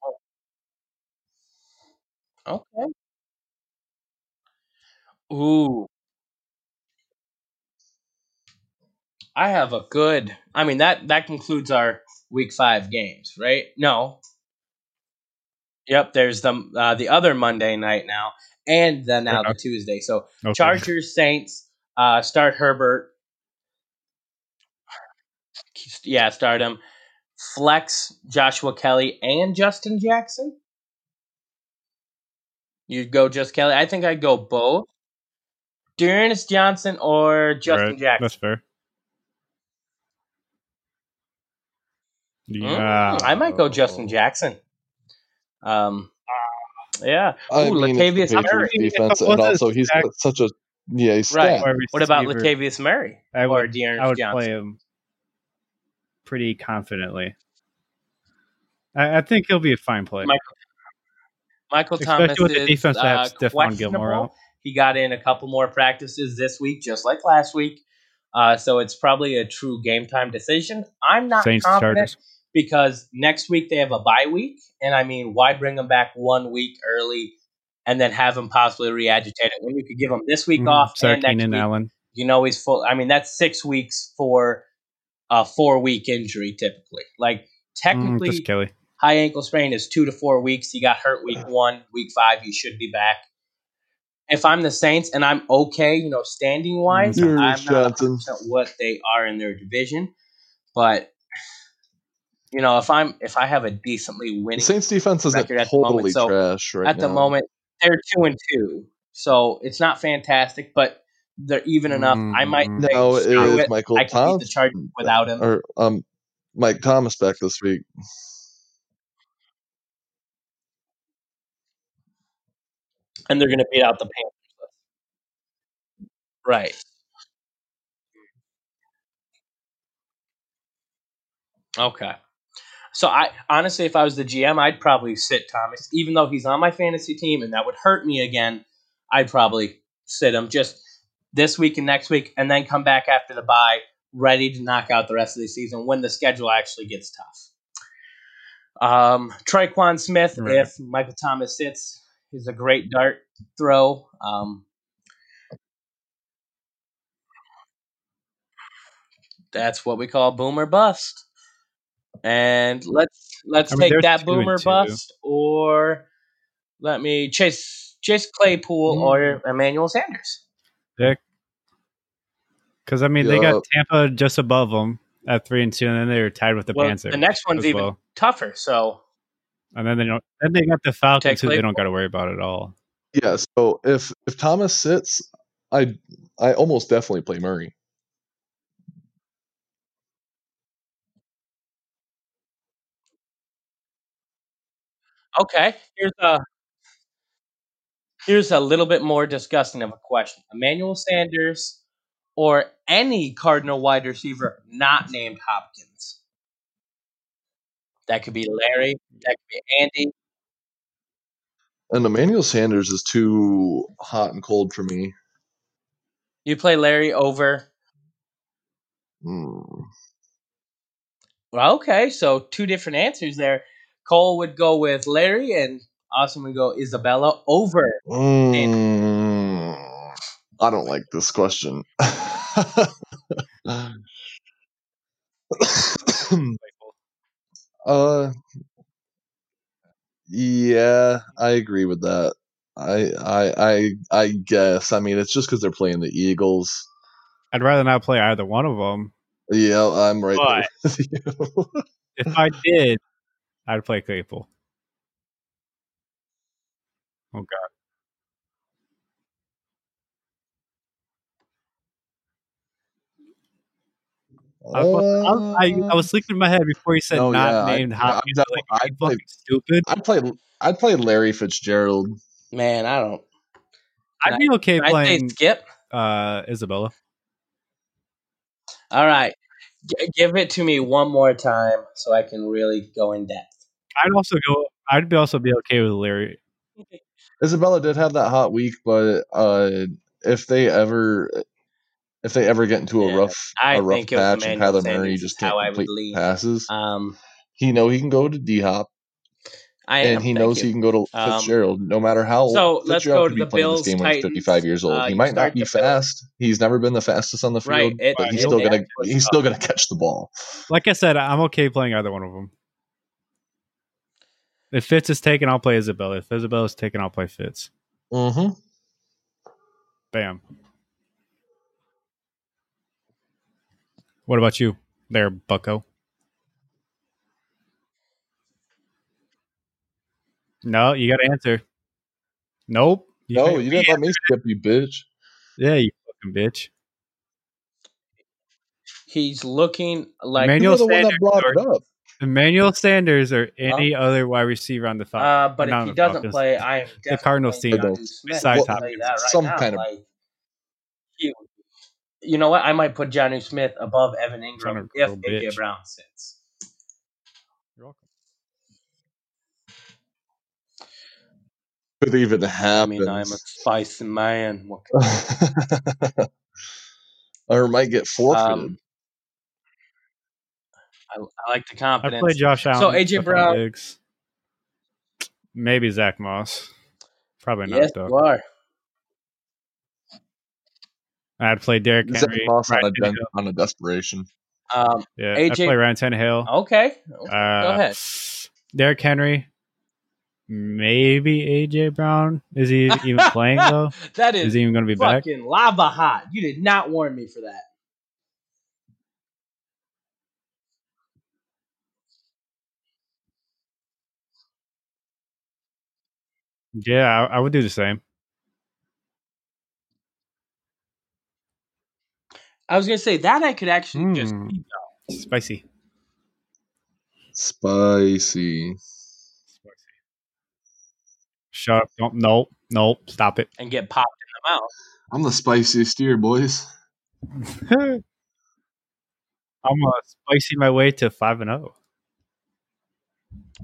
S1: Oh. Okay. Ooh. I have a good. I mean that that concludes our week five games, right? No. Yep. There's the uh, the other Monday night now, and then now the
S2: Okay.
S1: Tuesday. So
S2: Okay.
S1: Chargers Saints. Uh, start Herbert. Yeah, start him. Flex Joshua Kelly and Justin Jackson. You'd go just Kelly. I think I'd go both. Dearness Johnson or
S2: All
S1: Justin
S2: right, that's
S1: Jackson.
S2: fair. Yeah,
S1: Mm, I might go Justin Jackson. Um,
S2: Ah,
S1: yeah.
S3: I
S1: Ooh,
S3: mean, it's the
S1: Latavius Murray.
S2: Even if
S3: Patriots
S2: it
S3: defense, and
S2: wasn't
S3: also he's
S2: stacked
S3: got such a yeah, he's
S1: Right.
S3: stacked.
S2: wide
S1: What about
S2: receiver,
S1: Latavius Murray
S2: I
S1: or
S2: would I
S1: Dearness
S2: would play
S1: Johnson?
S2: him pretty confidently. I, I think he'll be a fine play,
S1: Michael, Michael
S2: especially
S1: Thomas
S2: with the
S1: is
S2: defense that
S1: uh,
S2: have Stephon Gilmore
S1: questionable.
S2: out.
S1: He got in a couple more practices this week, just like last week. Uh, so it's probably a true game time decision. I'm not
S2: Saints
S1: confident
S2: Chargers.
S1: because next week they have a bye week, and I mean, why bring them back one week early and then have them possibly reagitate it when you could give them this week
S2: Mhm.
S1: off and next
S2: Sarkeen and
S1: week?
S2: Allen. Mm,
S1: You know, he's full. I mean, that's six weeks for a four week injury typically. Like
S2: Mm,
S1: technically,
S2: just Kelly.
S1: high ankle sprain is two to four weeks. He got hurt week
S3: Uh-huh.
S1: one, week five. You should be back. If I'm the Saints and I'm okay, you know, standing wise,
S2: Mm,
S1: I'm
S3: You're
S1: not
S3: Johnson.
S1: 100% what they are in their division, but you know, if I'm if I have a decently winning
S3: Saints defense isn't
S1: record at the moment,
S3: totally
S1: so
S3: trash right
S1: at the
S3: now.
S1: moment, they're two and two, so it's not fantastic, but they're even enough. I might
S2: Mm.
S1: say,
S3: No, it
S1: screw
S3: is
S1: it.
S3: Michael
S1: I can beat the
S3: Thomas
S1: Chargers without him.
S3: or um Mike Thomas back this week.
S1: and they're going to beat out the Panthers. Right. Okay. So I honestly, if I was the GM, I'd probably sit Thomas, even though he's on my fantasy team, and that would hurt me again. I'd probably sit him just this week and next week, and then come back after the bye, ready to knock out the rest of the season when the schedule actually gets tough. Um, Traquan Smith,
S2: Right.
S1: if Michael Thomas sits, is a great dart throw. Um, that's what we call boomer bust. And let's let's
S2: I mean,
S1: take
S2: they're
S1: that
S2: two and
S1: boomer
S2: two.
S1: bust, or let me chase Chase Claypool
S2: Mm.
S1: or Emmanuel Sanders.
S2: Because I mean, they got
S3: Yup.
S2: Tampa just above them at three and two, and then they were tied with the
S1: well,
S2: Panthers.
S1: the next one's
S2: as
S1: even
S2: well.
S1: tougher. So
S2: and then they don't. Then they got the Falcons,
S1: Take
S2: who they
S1: Claypool.
S2: don't got to worry about at all.
S3: Yeah, so if if Thomas sits, I I almost definitely play Murray.
S1: okay, here's a here's a little bit more disgusting of a question: Emmanuel Sanders or any Cardinal wide receiver not named Hopkins. That could be Larry. That could be Andy.
S3: And Emmanuel Sanders is too hot and cold for me.
S1: You play Larry over
S3: Mm.
S1: Well, okay, so two different answers there. Cole would go with Larry, and Austin would go Isabella over.
S3: Mm. I don't like this question. uh yeah, I agree with that. I I I I guess. I mean, it's just because they're playing the Eagles.
S2: I'd rather not play either one of them.
S3: Yeah, I'm right
S2: But
S3: there with you.
S2: if I did, I'd play Claypool. Oh God, I was, I, was- I,
S3: Uh,
S2: I was thinking in my head before he said
S3: No,
S2: not
S3: Oh. yeah, I-
S2: named
S3: yeah,
S2: Hopkins.
S3: I'm
S2: I'm like,
S3: definitely-
S2: are you
S3: I'd play-
S2: fucking stupid.
S3: I'd play I'd play Larry Fitzgerald.
S1: Man, I don't. Can
S2: I'd be
S1: I,
S2: okay
S1: can I say
S2: playing
S1: skip?
S2: uh, Isabella.
S1: All right, G- give it to me one more time so I can really go in depth.
S2: I'd also go. I'd be also be okay with Larry.
S3: Isabella did have that hot week, but uh, if they ever if they ever get into a
S1: Yeah,
S3: rough
S1: I
S3: a rough
S1: think it was
S3: patch and
S1: Emmanuel
S3: Kyler
S1: Sanders
S3: Murray
S1: is
S3: just
S1: how
S3: can't
S1: I would
S3: complete
S1: lean.
S3: passes,
S1: Um,
S3: he know he can go to D Hop
S1: I am.
S3: and he
S1: Thank
S3: knows
S1: you.
S3: he can go to
S1: Um,
S3: Fitzgerald no matter how
S1: so let's go
S3: Fitzgerald could
S1: to
S3: be
S1: the
S3: playing
S1: Bills,
S3: this game when he's 55
S1: Titans.
S3: years old.
S1: Uh,
S3: he
S1: you
S3: might not
S1: start
S3: be
S1: the Bills.
S3: fast. He's never been the fastest on the field,
S1: Right, it-
S3: but he's
S1: it-
S3: still
S1: it
S3: gonna
S1: was
S3: he's
S1: tough.
S3: still gonna catch the ball.
S2: Like I said, I'm okay playing either one of them. If Fitz is taken, I'll play Isabella. If Isabella's taken, I'll play Fitz.
S3: hmm
S2: Bam. What about you, there, Bucko? No, you got to answer. Nope. You
S3: No,
S2: made
S3: you
S2: me
S3: didn't let me skip you, bitch.
S2: Yeah, you fucking bitch.
S1: He's looking like
S3: You
S2: Emmanuel
S3: were the one that
S2: Sanders
S3: brought
S2: or
S3: it up.
S2: Emmanuel Sanders or any other wide receiver on the Falcons.
S1: Uh, but
S2: Not
S1: if
S2: on
S1: he
S2: the
S1: doesn't
S2: Falcons.
S1: play, I am
S2: The Cardinals
S1: definitely
S2: team.
S1: playing
S3: Well,
S1: Jondu Smith.
S2: besides
S1: I'll tell you
S2: Hopkins.
S1: that right
S3: Some
S1: now.
S3: kind of-
S1: Like, he, you know what? I might put Johnny Smith above Evan Ingram
S2: Son of a
S1: if
S2: girl
S1: AJ
S2: bitch.
S1: Brown sits.
S2: You're welcome.
S3: could even
S1: I
S3: happen.
S1: mean, I'm a spicy man. What can-
S3: or might get forfeited.
S1: Um, I, I like the
S2: I
S1: confidence.
S2: played Josh Allen.
S1: A.J.
S2: Stephon
S1: Brown-
S2: Diggs. Maybe Zach Moss. Probably not
S1: yes,
S2: though.
S1: you are.
S2: I'd play Derrick
S3: Zach
S2: Henry.
S3: Moss on
S2: Ryan
S3: a,
S2: Tannehill.
S3: den- on a desperation.
S1: Um,
S2: Yeah, I'd
S1: AJ
S2: play Ryan Tannehill.
S1: okay.
S2: Uh,
S1: Go ahead.
S2: Derrick Henry. Maybe AJ Brown. Is he even playing though?
S1: That
S2: Is
S1: is
S2: he even going to be back?
S1: fucking lava hot. You did not warn me for that.
S2: Yeah, I, I would do the same.
S1: I was gonna say that I could actually just
S2: Hmm. Spicy.
S3: Spicy.
S2: Spicy. Shut up! Don't, nope, nope. Stop it.
S1: and get popped in the mouth.
S3: I'm the spiciest here, boys.
S2: I'm uh, spicy my way to five and oh. zero.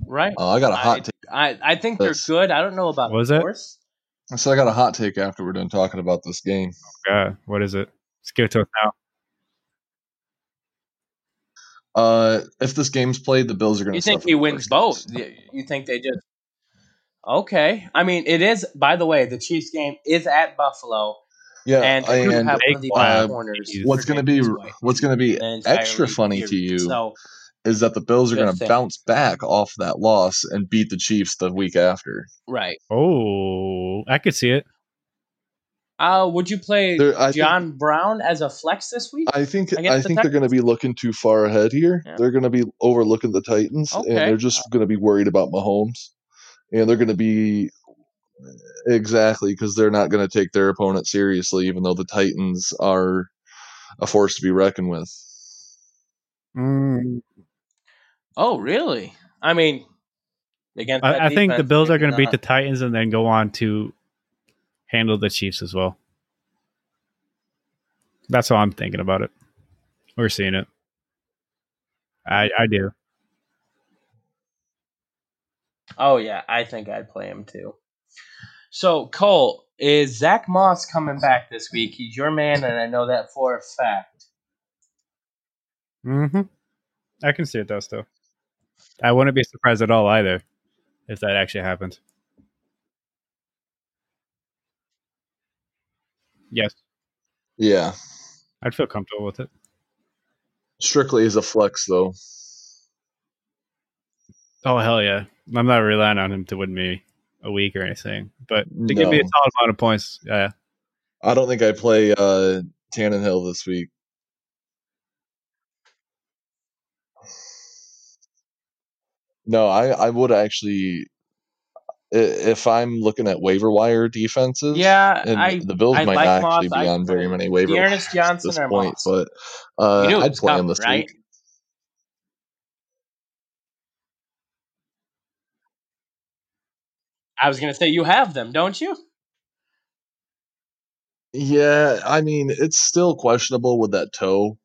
S1: Right.
S3: Oh, I got a hot take.
S1: I, I think they're
S3: Yes.
S1: good. I don't know about
S2: Was
S1: the
S2: it?
S1: course.
S3: So I got a hot take after we're done talking about this game.
S2: God, what is it? Let's give it to us now.
S3: Uh, if this game's played, the Bills are going to.
S1: You think he wins both? You you think they just okay? I mean, it is. By the way, the Chiefs game is at Buffalo,
S3: Yeah,
S1: and
S3: and,
S1: they do have one of the best
S3: uh,
S1: corners.
S3: what's
S1: for
S3: going to be
S1: James White
S3: what's going to be
S1: in the entire
S3: extra
S1: league,
S3: funny to
S1: period.
S3: you
S1: So
S3: is that the Bills are
S1: Just
S3: going to
S1: saying.
S3: bounce back off that loss and beat the Chiefs the week after.
S1: right.
S2: Oh, I could see it.
S1: Uh, would you play
S3: They're- I think-
S1: John Brown as a flex this week?
S3: I think
S1: Against
S3: I
S1: the
S3: think they're going to be looking too far ahead here.
S1: Yeah.
S3: They're going to be overlooking the Titans, and
S1: Okay.
S3: they're just going to be worried about Mahomes, and they're going to be exactly because they're not going to take their opponent seriously, even though the Titans are a force to be reckoned with.
S2: Mm,
S1: Oh, really? I mean, against that
S2: I, I think the
S1: defense,
S2: Bills are
S1: maybe
S2: going to beat
S1: not.
S2: the Titans and then go on to handle the Chiefs as well. That's all I'm thinking about it. We're seeing it. I, I do.
S1: Oh yeah, I think I'd play him too. So Cole is Zach Moss coming back this week. He's your man, and I know that for a fact.
S2: hmm I can see it though. Still, I wouldn't be surprised at all either if that actually happened. Yes,
S3: Yeah,
S2: I'd feel comfortable with it.
S3: strictly as a flex though.
S2: Oh hell yeah! I'm not relying on him to win me a week or anything, but to give me a
S3: No.
S2: solid amount of points, yeah.
S3: I don't think I play uh, Tannenhill this week. No, I, I would actually, i- if I'm looking at waiver wire defenses.
S1: Yeah,
S3: and
S1: I
S3: the Bills
S1: I
S3: might
S1: like
S3: not actually
S1: Moss.
S3: be
S1: I
S3: on very
S1: play
S3: many waiver
S1: Dearness
S3: wires at
S1: Johnson
S3: this
S1: or
S3: point,
S1: Moss.
S3: but uh,
S1: You knew it
S3: I'd
S1: was
S3: play him
S1: coming,
S3: this
S1: right?
S3: week.
S1: I was gonna say you have them, don't you?
S3: Yeah, I mean it's still questionable with that toe.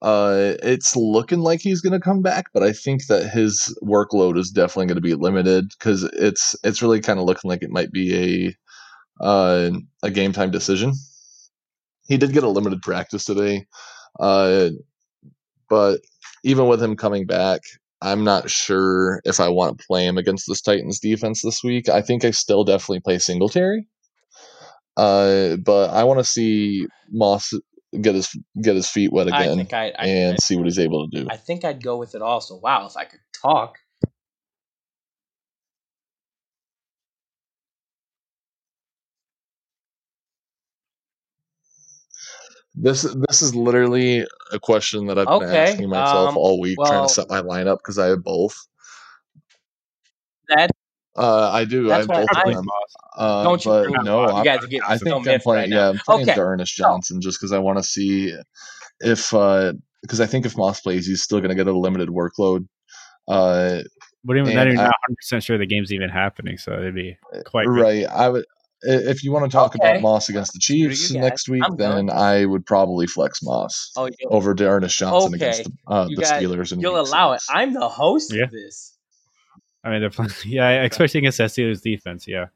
S3: Uh, it's looking like he's going to come back, but I think that his workload is definitely going to be limited because it's it's really kind of looking like it might be a uh, a game time decision. He did get a limited practice today, uh, but even with him coming back, I'm not sure if I want to play him against this Titans defense this week. I think I still definitely play Singletary, uh, but I want to see Moss get his get his feet wet
S1: I
S3: again
S1: think I I,
S3: and see what he's able to do.
S1: I think I'd go with it also. Wow, if I could talk.
S3: This this is literally a question that I've been
S1: Okay,
S3: asking myself
S1: um,
S3: all week, trying
S1: well-
S3: to set my lineup because I have both.
S1: That
S3: Uh, I do. I
S1: That's
S3: have
S1: why
S3: both
S1: I-
S3: of
S2: Probably
S3: them.
S2: Moss.
S3: Uh,
S1: don't you
S3: but
S1: bring up
S3: no,
S1: Moss.
S3: I'm,
S1: you guys are getting
S3: I
S1: so
S3: think I'm
S1: miffed right
S3: playing.
S1: now.
S3: yeah, I'm playing
S1: Okay.
S3: Darnus Johnson just because I want to see if because I think if Moss plays, he's still going to get a limited workload. Uh,
S2: But even then,
S3: And
S2: you're
S3: I-
S2: not 100 percent sure the game's even happening, so it'd be quite risky.
S3: right. I would i- if you want to talk
S1: Okay.
S3: about Moss against the
S1: Screw you
S3: Chiefs
S1: guys.
S3: next week,
S1: I'm done.
S3: then I would probably flex Moss
S1: Oh, you,
S3: over Darnus Johnson against
S1: Okay.
S3: the, uh,
S1: You
S3: the
S1: guys-
S3: Steelers. In
S1: you'll
S3: week
S1: allow it.
S3: six.
S1: I'm the host
S2: Yeah.
S1: of this.
S2: I mean, they're playing, yeah, especially against that Steelers defense. Yeah,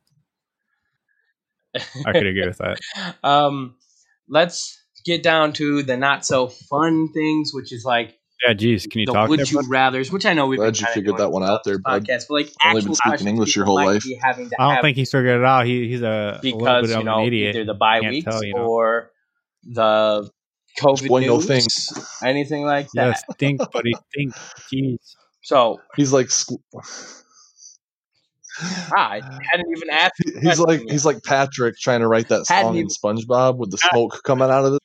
S2: I could agree with that.
S1: Um, let's get down to the not so fun things, which is like
S2: Yeah, geez, can you
S1: the
S2: talk?
S1: would
S2: there,
S1: you
S2: bud?
S1: rather's, which I know we've
S3: Glad
S1: been
S3: you
S1: kinda
S3: figured
S1: doing
S3: that one out there,
S1: throughout
S3: bud.
S1: this podcast, but like actual
S3: Only been speaking
S1: questions
S3: English your
S1: people
S3: whole
S1: might
S3: life.
S1: be having to
S2: I
S1: have
S2: don't think he figured it out. He, he's a a little
S1: because
S2: bit
S1: you
S2: of
S1: know
S2: an idiot.
S1: either the bye
S2: Can't
S1: weeks
S2: tell, you know.
S1: or the COVID
S3: Boy, no
S1: news,
S3: thanks.
S1: anything like that.
S2: Yes, think, buddy, think. Jeez.
S1: So
S3: He's like squ-
S1: ah, I hadn't even asked.
S3: He- he's like he's like Patrick trying to write that
S1: Hadn't
S3: song in
S1: even-
S3: SpongeBob with the smoke coming out of it.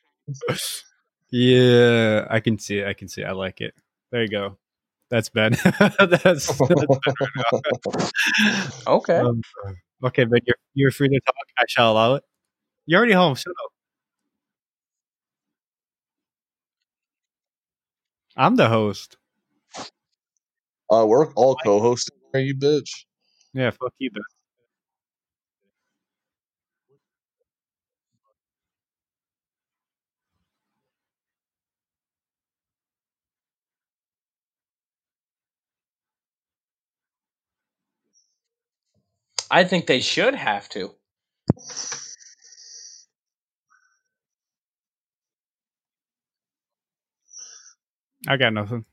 S2: Yeah, I can see it. I can see it. I like it. There you go. That's Ben. that's, that's
S1: Okay.
S2: um, okay, Ben. You're you're free to talk. I shall allow it. You're already home. Shut up. I'm the host.
S3: Uh, we're all co-hosting. Are you bitch?
S2: Yeah, fuck you, Ben.
S1: I think they should have to.
S2: I got nothing.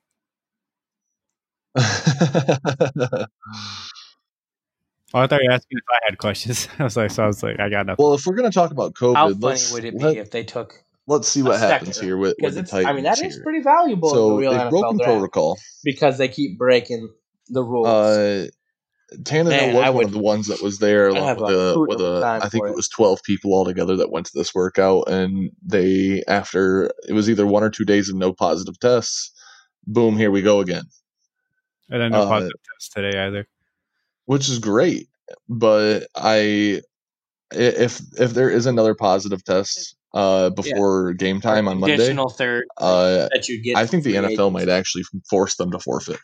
S2: Oh, I thought you were asking if I had questions. I was like, so I was like, I got nothing.
S3: well, if we're gonna talk about COVID,
S1: How funny
S3: let's,
S1: would it be
S3: let,
S1: if they took?
S3: us see
S1: a
S3: what happens
S1: sector?
S3: here with, with
S1: Because
S3: the
S1: it's.
S3: Titans.
S1: I mean, that is
S3: here.
S1: pretty valuable in the
S3: so
S1: real
S3: they've
S1: NFL
S3: broken
S1: draft
S3: protocol.
S1: because they keep breaking the rules.
S3: Uh, Tannehill
S1: Man,
S3: was
S1: I
S3: one
S1: would-
S3: of the ones that was there
S1: I'd
S3: along
S1: have
S3: with
S1: a
S3: a
S1: hoot
S3: with
S1: of a
S3: a
S1: time
S3: I think
S1: for
S3: it
S1: it.
S3: was twelve people all together that went to this workout, and they after it was either one or two days of no positive tests. Boom, here we go again,
S2: I didn't know
S3: uh,
S2: positive test today either.
S3: which is great. But I, i- if if there is another positive test uh, before game time on Monday,
S1: Conditional third
S3: uh,
S1: that you get.
S3: I think the
S1: from free
S3: NFL might
S1: agents.
S3: actually force them to forfeit.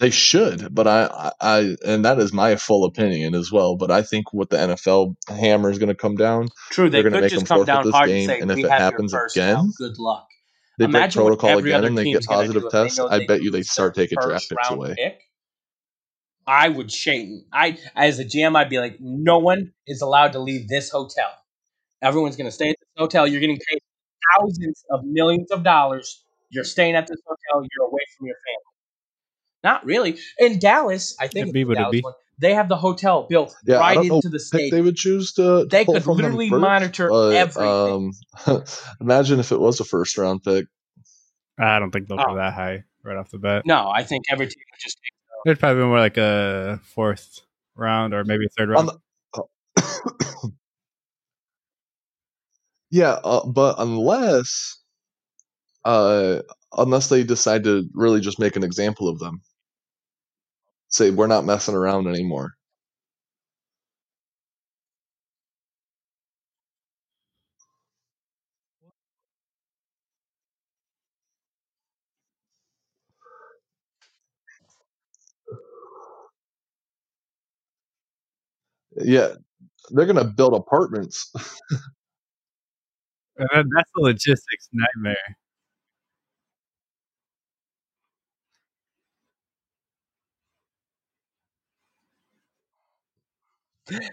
S3: They should, but I, I, I- and that is my full opinion as well. But I think what the NFL hammer is going to come down,
S1: True, they
S3: they're gonna
S1: could
S3: make
S1: just
S3: them
S1: come
S3: forfeit
S1: down
S3: this
S1: hard and
S3: game,
S1: say,
S3: and if
S1: "We
S3: it
S1: have
S3: happens
S1: your first now.
S3: again,
S1: Good luck."
S3: they break
S1: Imagine what
S3: protocol
S1: every
S3: again
S1: other
S3: and they get
S1: team's gonna
S3: positive
S1: do if they
S3: tests.
S1: know
S3: I
S1: they
S3: bet you they
S1: lose
S3: start
S1: their
S3: taking draft
S1: first
S3: picks
S1: round
S3: away.
S1: pick. I would shame. I as a GM, I'd be like, no one is allowed to leave this hotel. Everyone's gonna stay at this hotel. You're getting paid thousands of millions of dollars. You're staying at this hotel. You're away from your family. Not really. In Dallas, I think
S2: It'd
S1: it's
S2: be
S1: the
S2: what it'd
S1: Dallas
S2: be.
S1: one. They have the hotel built
S3: Yeah, I
S1: right
S3: don't know
S1: into the
S3: what pick they
S1: stadium.
S3: would choose to, to
S1: They
S3: pull
S1: could
S3: from them
S1: literally
S3: first,
S1: monitor
S3: but
S1: everything.
S3: um, imagine if it was a first round pick.
S2: I don't think they'll
S1: Oh.
S2: go that high right off the bat.
S1: No, I think every team would just
S2: It'd probably be more like a fourth round or maybe third
S3: On
S2: round.
S3: the, yeah, uh, but unless, uh, unless they decide to really just make an example of them, say we're not messing around anymore. Yeah, they're gonna build apartments.
S2: And then that's a logistics nightmare.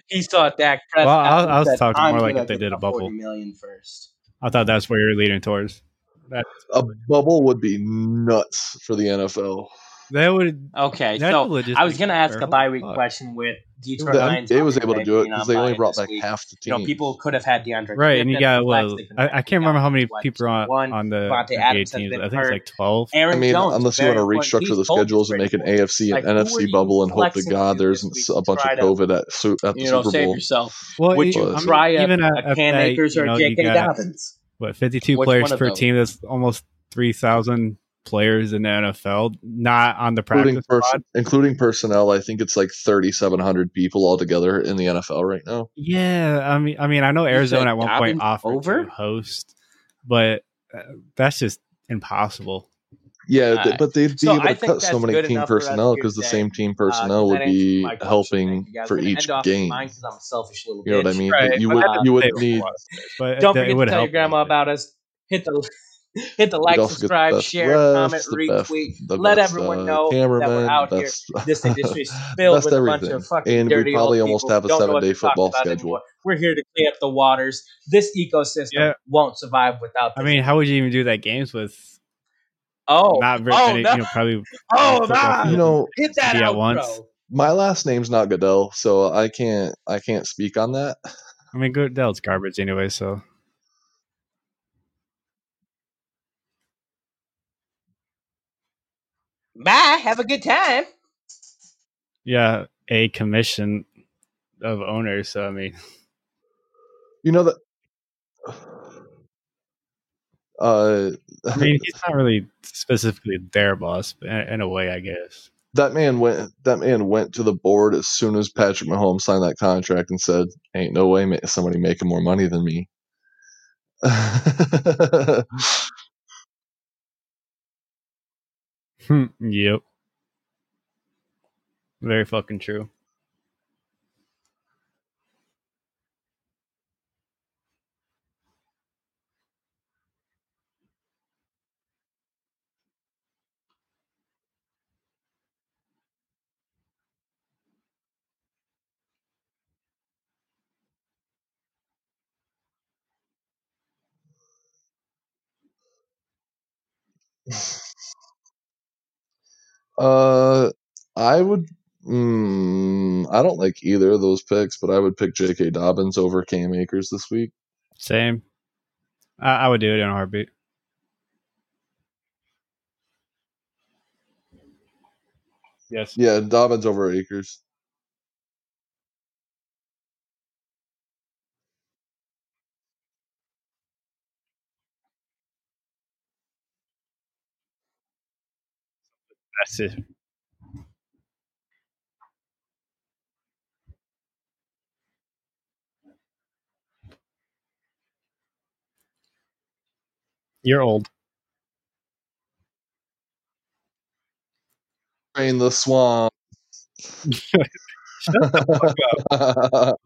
S1: he saw Dak
S2: Well,
S1: Prescott
S2: I,
S1: and
S2: I was
S1: said,
S2: talking
S1: "I'm
S2: more like
S1: gonna
S2: if they
S1: get
S2: did a
S1: the
S2: bubble.
S1: forty million first.
S2: I thought that's where you're leading towards. That
S3: A bubble would be nuts for the NFL.
S2: that would
S1: Okay,
S2: that's a
S1: so I was
S2: logistics
S1: gonna ask
S2: nightmare.
S1: a
S2: Holy
S1: bye week
S2: fuck.
S1: question with Detroit
S3: The
S1: Lions.
S3: NBA was able to
S1: obviously
S3: do it
S1: being
S3: because
S1: on
S3: they only
S1: bye
S3: brought
S1: this
S3: back
S1: week.
S3: half the
S1: You know,
S3: team.
S1: people could have had DeAndre
S2: Right, and you
S1: Swift
S2: got
S1: as a flex.
S2: well.
S1: They could have
S2: I, I
S1: had
S2: can't remember how many
S1: Dallas wide
S2: people
S1: receiver
S2: are on,
S1: one.
S2: on the
S1: Devontae Adams
S2: NBA
S1: has
S2: teams.
S1: been
S2: I think it's
S1: hurt.
S2: like twelve.
S3: I
S1: Aaron
S3: mean,
S1: Jones is
S3: unless you
S1: very
S3: want to
S1: important.
S3: restructure
S1: He's
S3: the
S1: told
S3: schedules
S1: this
S3: and
S1: Brady
S3: make an
S1: Boy,
S3: AFC and
S1: like, who
S3: NFC
S1: are you
S3: bubble and hope to
S1: flexing
S3: God
S1: to
S3: there's
S1: this week
S3: a
S1: to
S3: bunch of
S1: try to
S3: COVID at su- at the
S1: you know
S3: Super
S1: save
S3: Bowl.
S1: yourself?
S2: Well,
S1: Would
S2: you,
S1: you
S2: I
S3: But
S2: mean,
S1: e-, try a,
S2: even at,
S1: a
S2: at
S1: Cam
S2: that,
S1: Akers
S2: you
S1: or a
S2: know, you
S1: J.K.
S2: got
S1: Dobbins?
S2: what
S1: Which
S2: fifty-two
S1: one
S2: players
S1: of
S2: per
S1: those?
S2: team. That's almost three thousand players in the NFL, not on the
S3: Including
S2: practice squad.
S3: person, including personnel, I think it's like thirty seven hundred people altogether in the NFL right now.
S2: Yeah, I mean, I mean, I know
S1: You said
S2: Arizona at one point
S1: Dobbins
S2: offered
S1: over?
S2: to host, but uh, that's just impossible.
S3: Yeah,
S1: All
S3: th-
S1: right.
S3: but they'd be
S1: So
S3: able
S1: I
S3: to
S1: think
S3: cut so
S1: that's
S3: many
S1: good
S3: team
S1: enough for us
S3: personnel
S1: here
S3: because the
S1: today.
S3: same team
S1: Uh, 'cause that
S3: personnel would
S1: answers
S3: be
S1: my question. Thank
S3: helping
S1: you guys.
S3: for
S1: We're gonna
S3: each
S1: end off with
S3: game.
S1: mine because I'm a selfish little
S3: You know what I
S1: bitch.
S3: mean?
S2: Right,
S3: You
S2: but
S3: would
S2: that
S1: Uh,
S3: you
S2: doesn't
S3: would
S2: save us a
S3: need
S2: lot of space, but it,
S1: don't
S2: it
S1: forget to
S2: would
S1: tell your
S2: help a little
S1: grandma
S2: bit.
S1: about us. Hit the Hit the like,
S3: Don't forget the
S1: subscribe,
S3: best
S1: share,
S3: refs,
S1: comment,
S3: the best-
S1: retweet.
S3: the
S1: Let
S3: best,
S1: everyone
S3: uh,
S1: know that we're
S3: cameraman,
S1: out here.
S3: best-
S1: This industry is filled
S3: Best
S1: with a bunch
S3: everything.
S1: of fucking
S3: And we
S1: dirty
S3: probably
S1: old
S3: almost
S1: people
S3: have
S1: who
S3: a
S1: don't know what
S3: seven-day
S1: they're talking
S3: football
S1: about
S3: schedule.
S1: anymore. We're here to clean up the waters. This ecosystem
S2: Yeah.
S1: won't survive without.
S2: I
S1: This.
S2: mean, how would you even do that games with
S1: oh,
S2: not very
S1: oh,
S2: many,
S1: no.
S2: you know, probably
S1: oh,
S2: football
S1: nah.
S2: field.
S3: you know,
S1: hit that
S2: be at
S1: out,
S2: once.
S1: bro.
S3: my last name's not Goodell, so I can't I can't speak on that.
S2: I mean, Goodell's garbage anyway, so
S1: Bye. Have a good time.
S2: yeah, a commission of owners. So I mean,
S3: You know that. Uh,
S2: I mean, he's not really specifically their boss, but in in a way, I guess.
S3: that man went. That man went to the board as soon as Patrick Mahomes signed that contract and said, "Ain't no way ma- somebody making more money than me."
S2: Hmm, yep. Very fucking true.
S3: uh, I would. Mm, I don't like either of those picks, but I would pick J.K. Dobbins over Cam Akers this week.
S2: Same. I, I would do it in a heartbeat. Yes.
S3: Yeah, Dobbins over Akers.
S2: That's it. You're old.
S3: Drain the swamp.
S2: Shut
S3: up.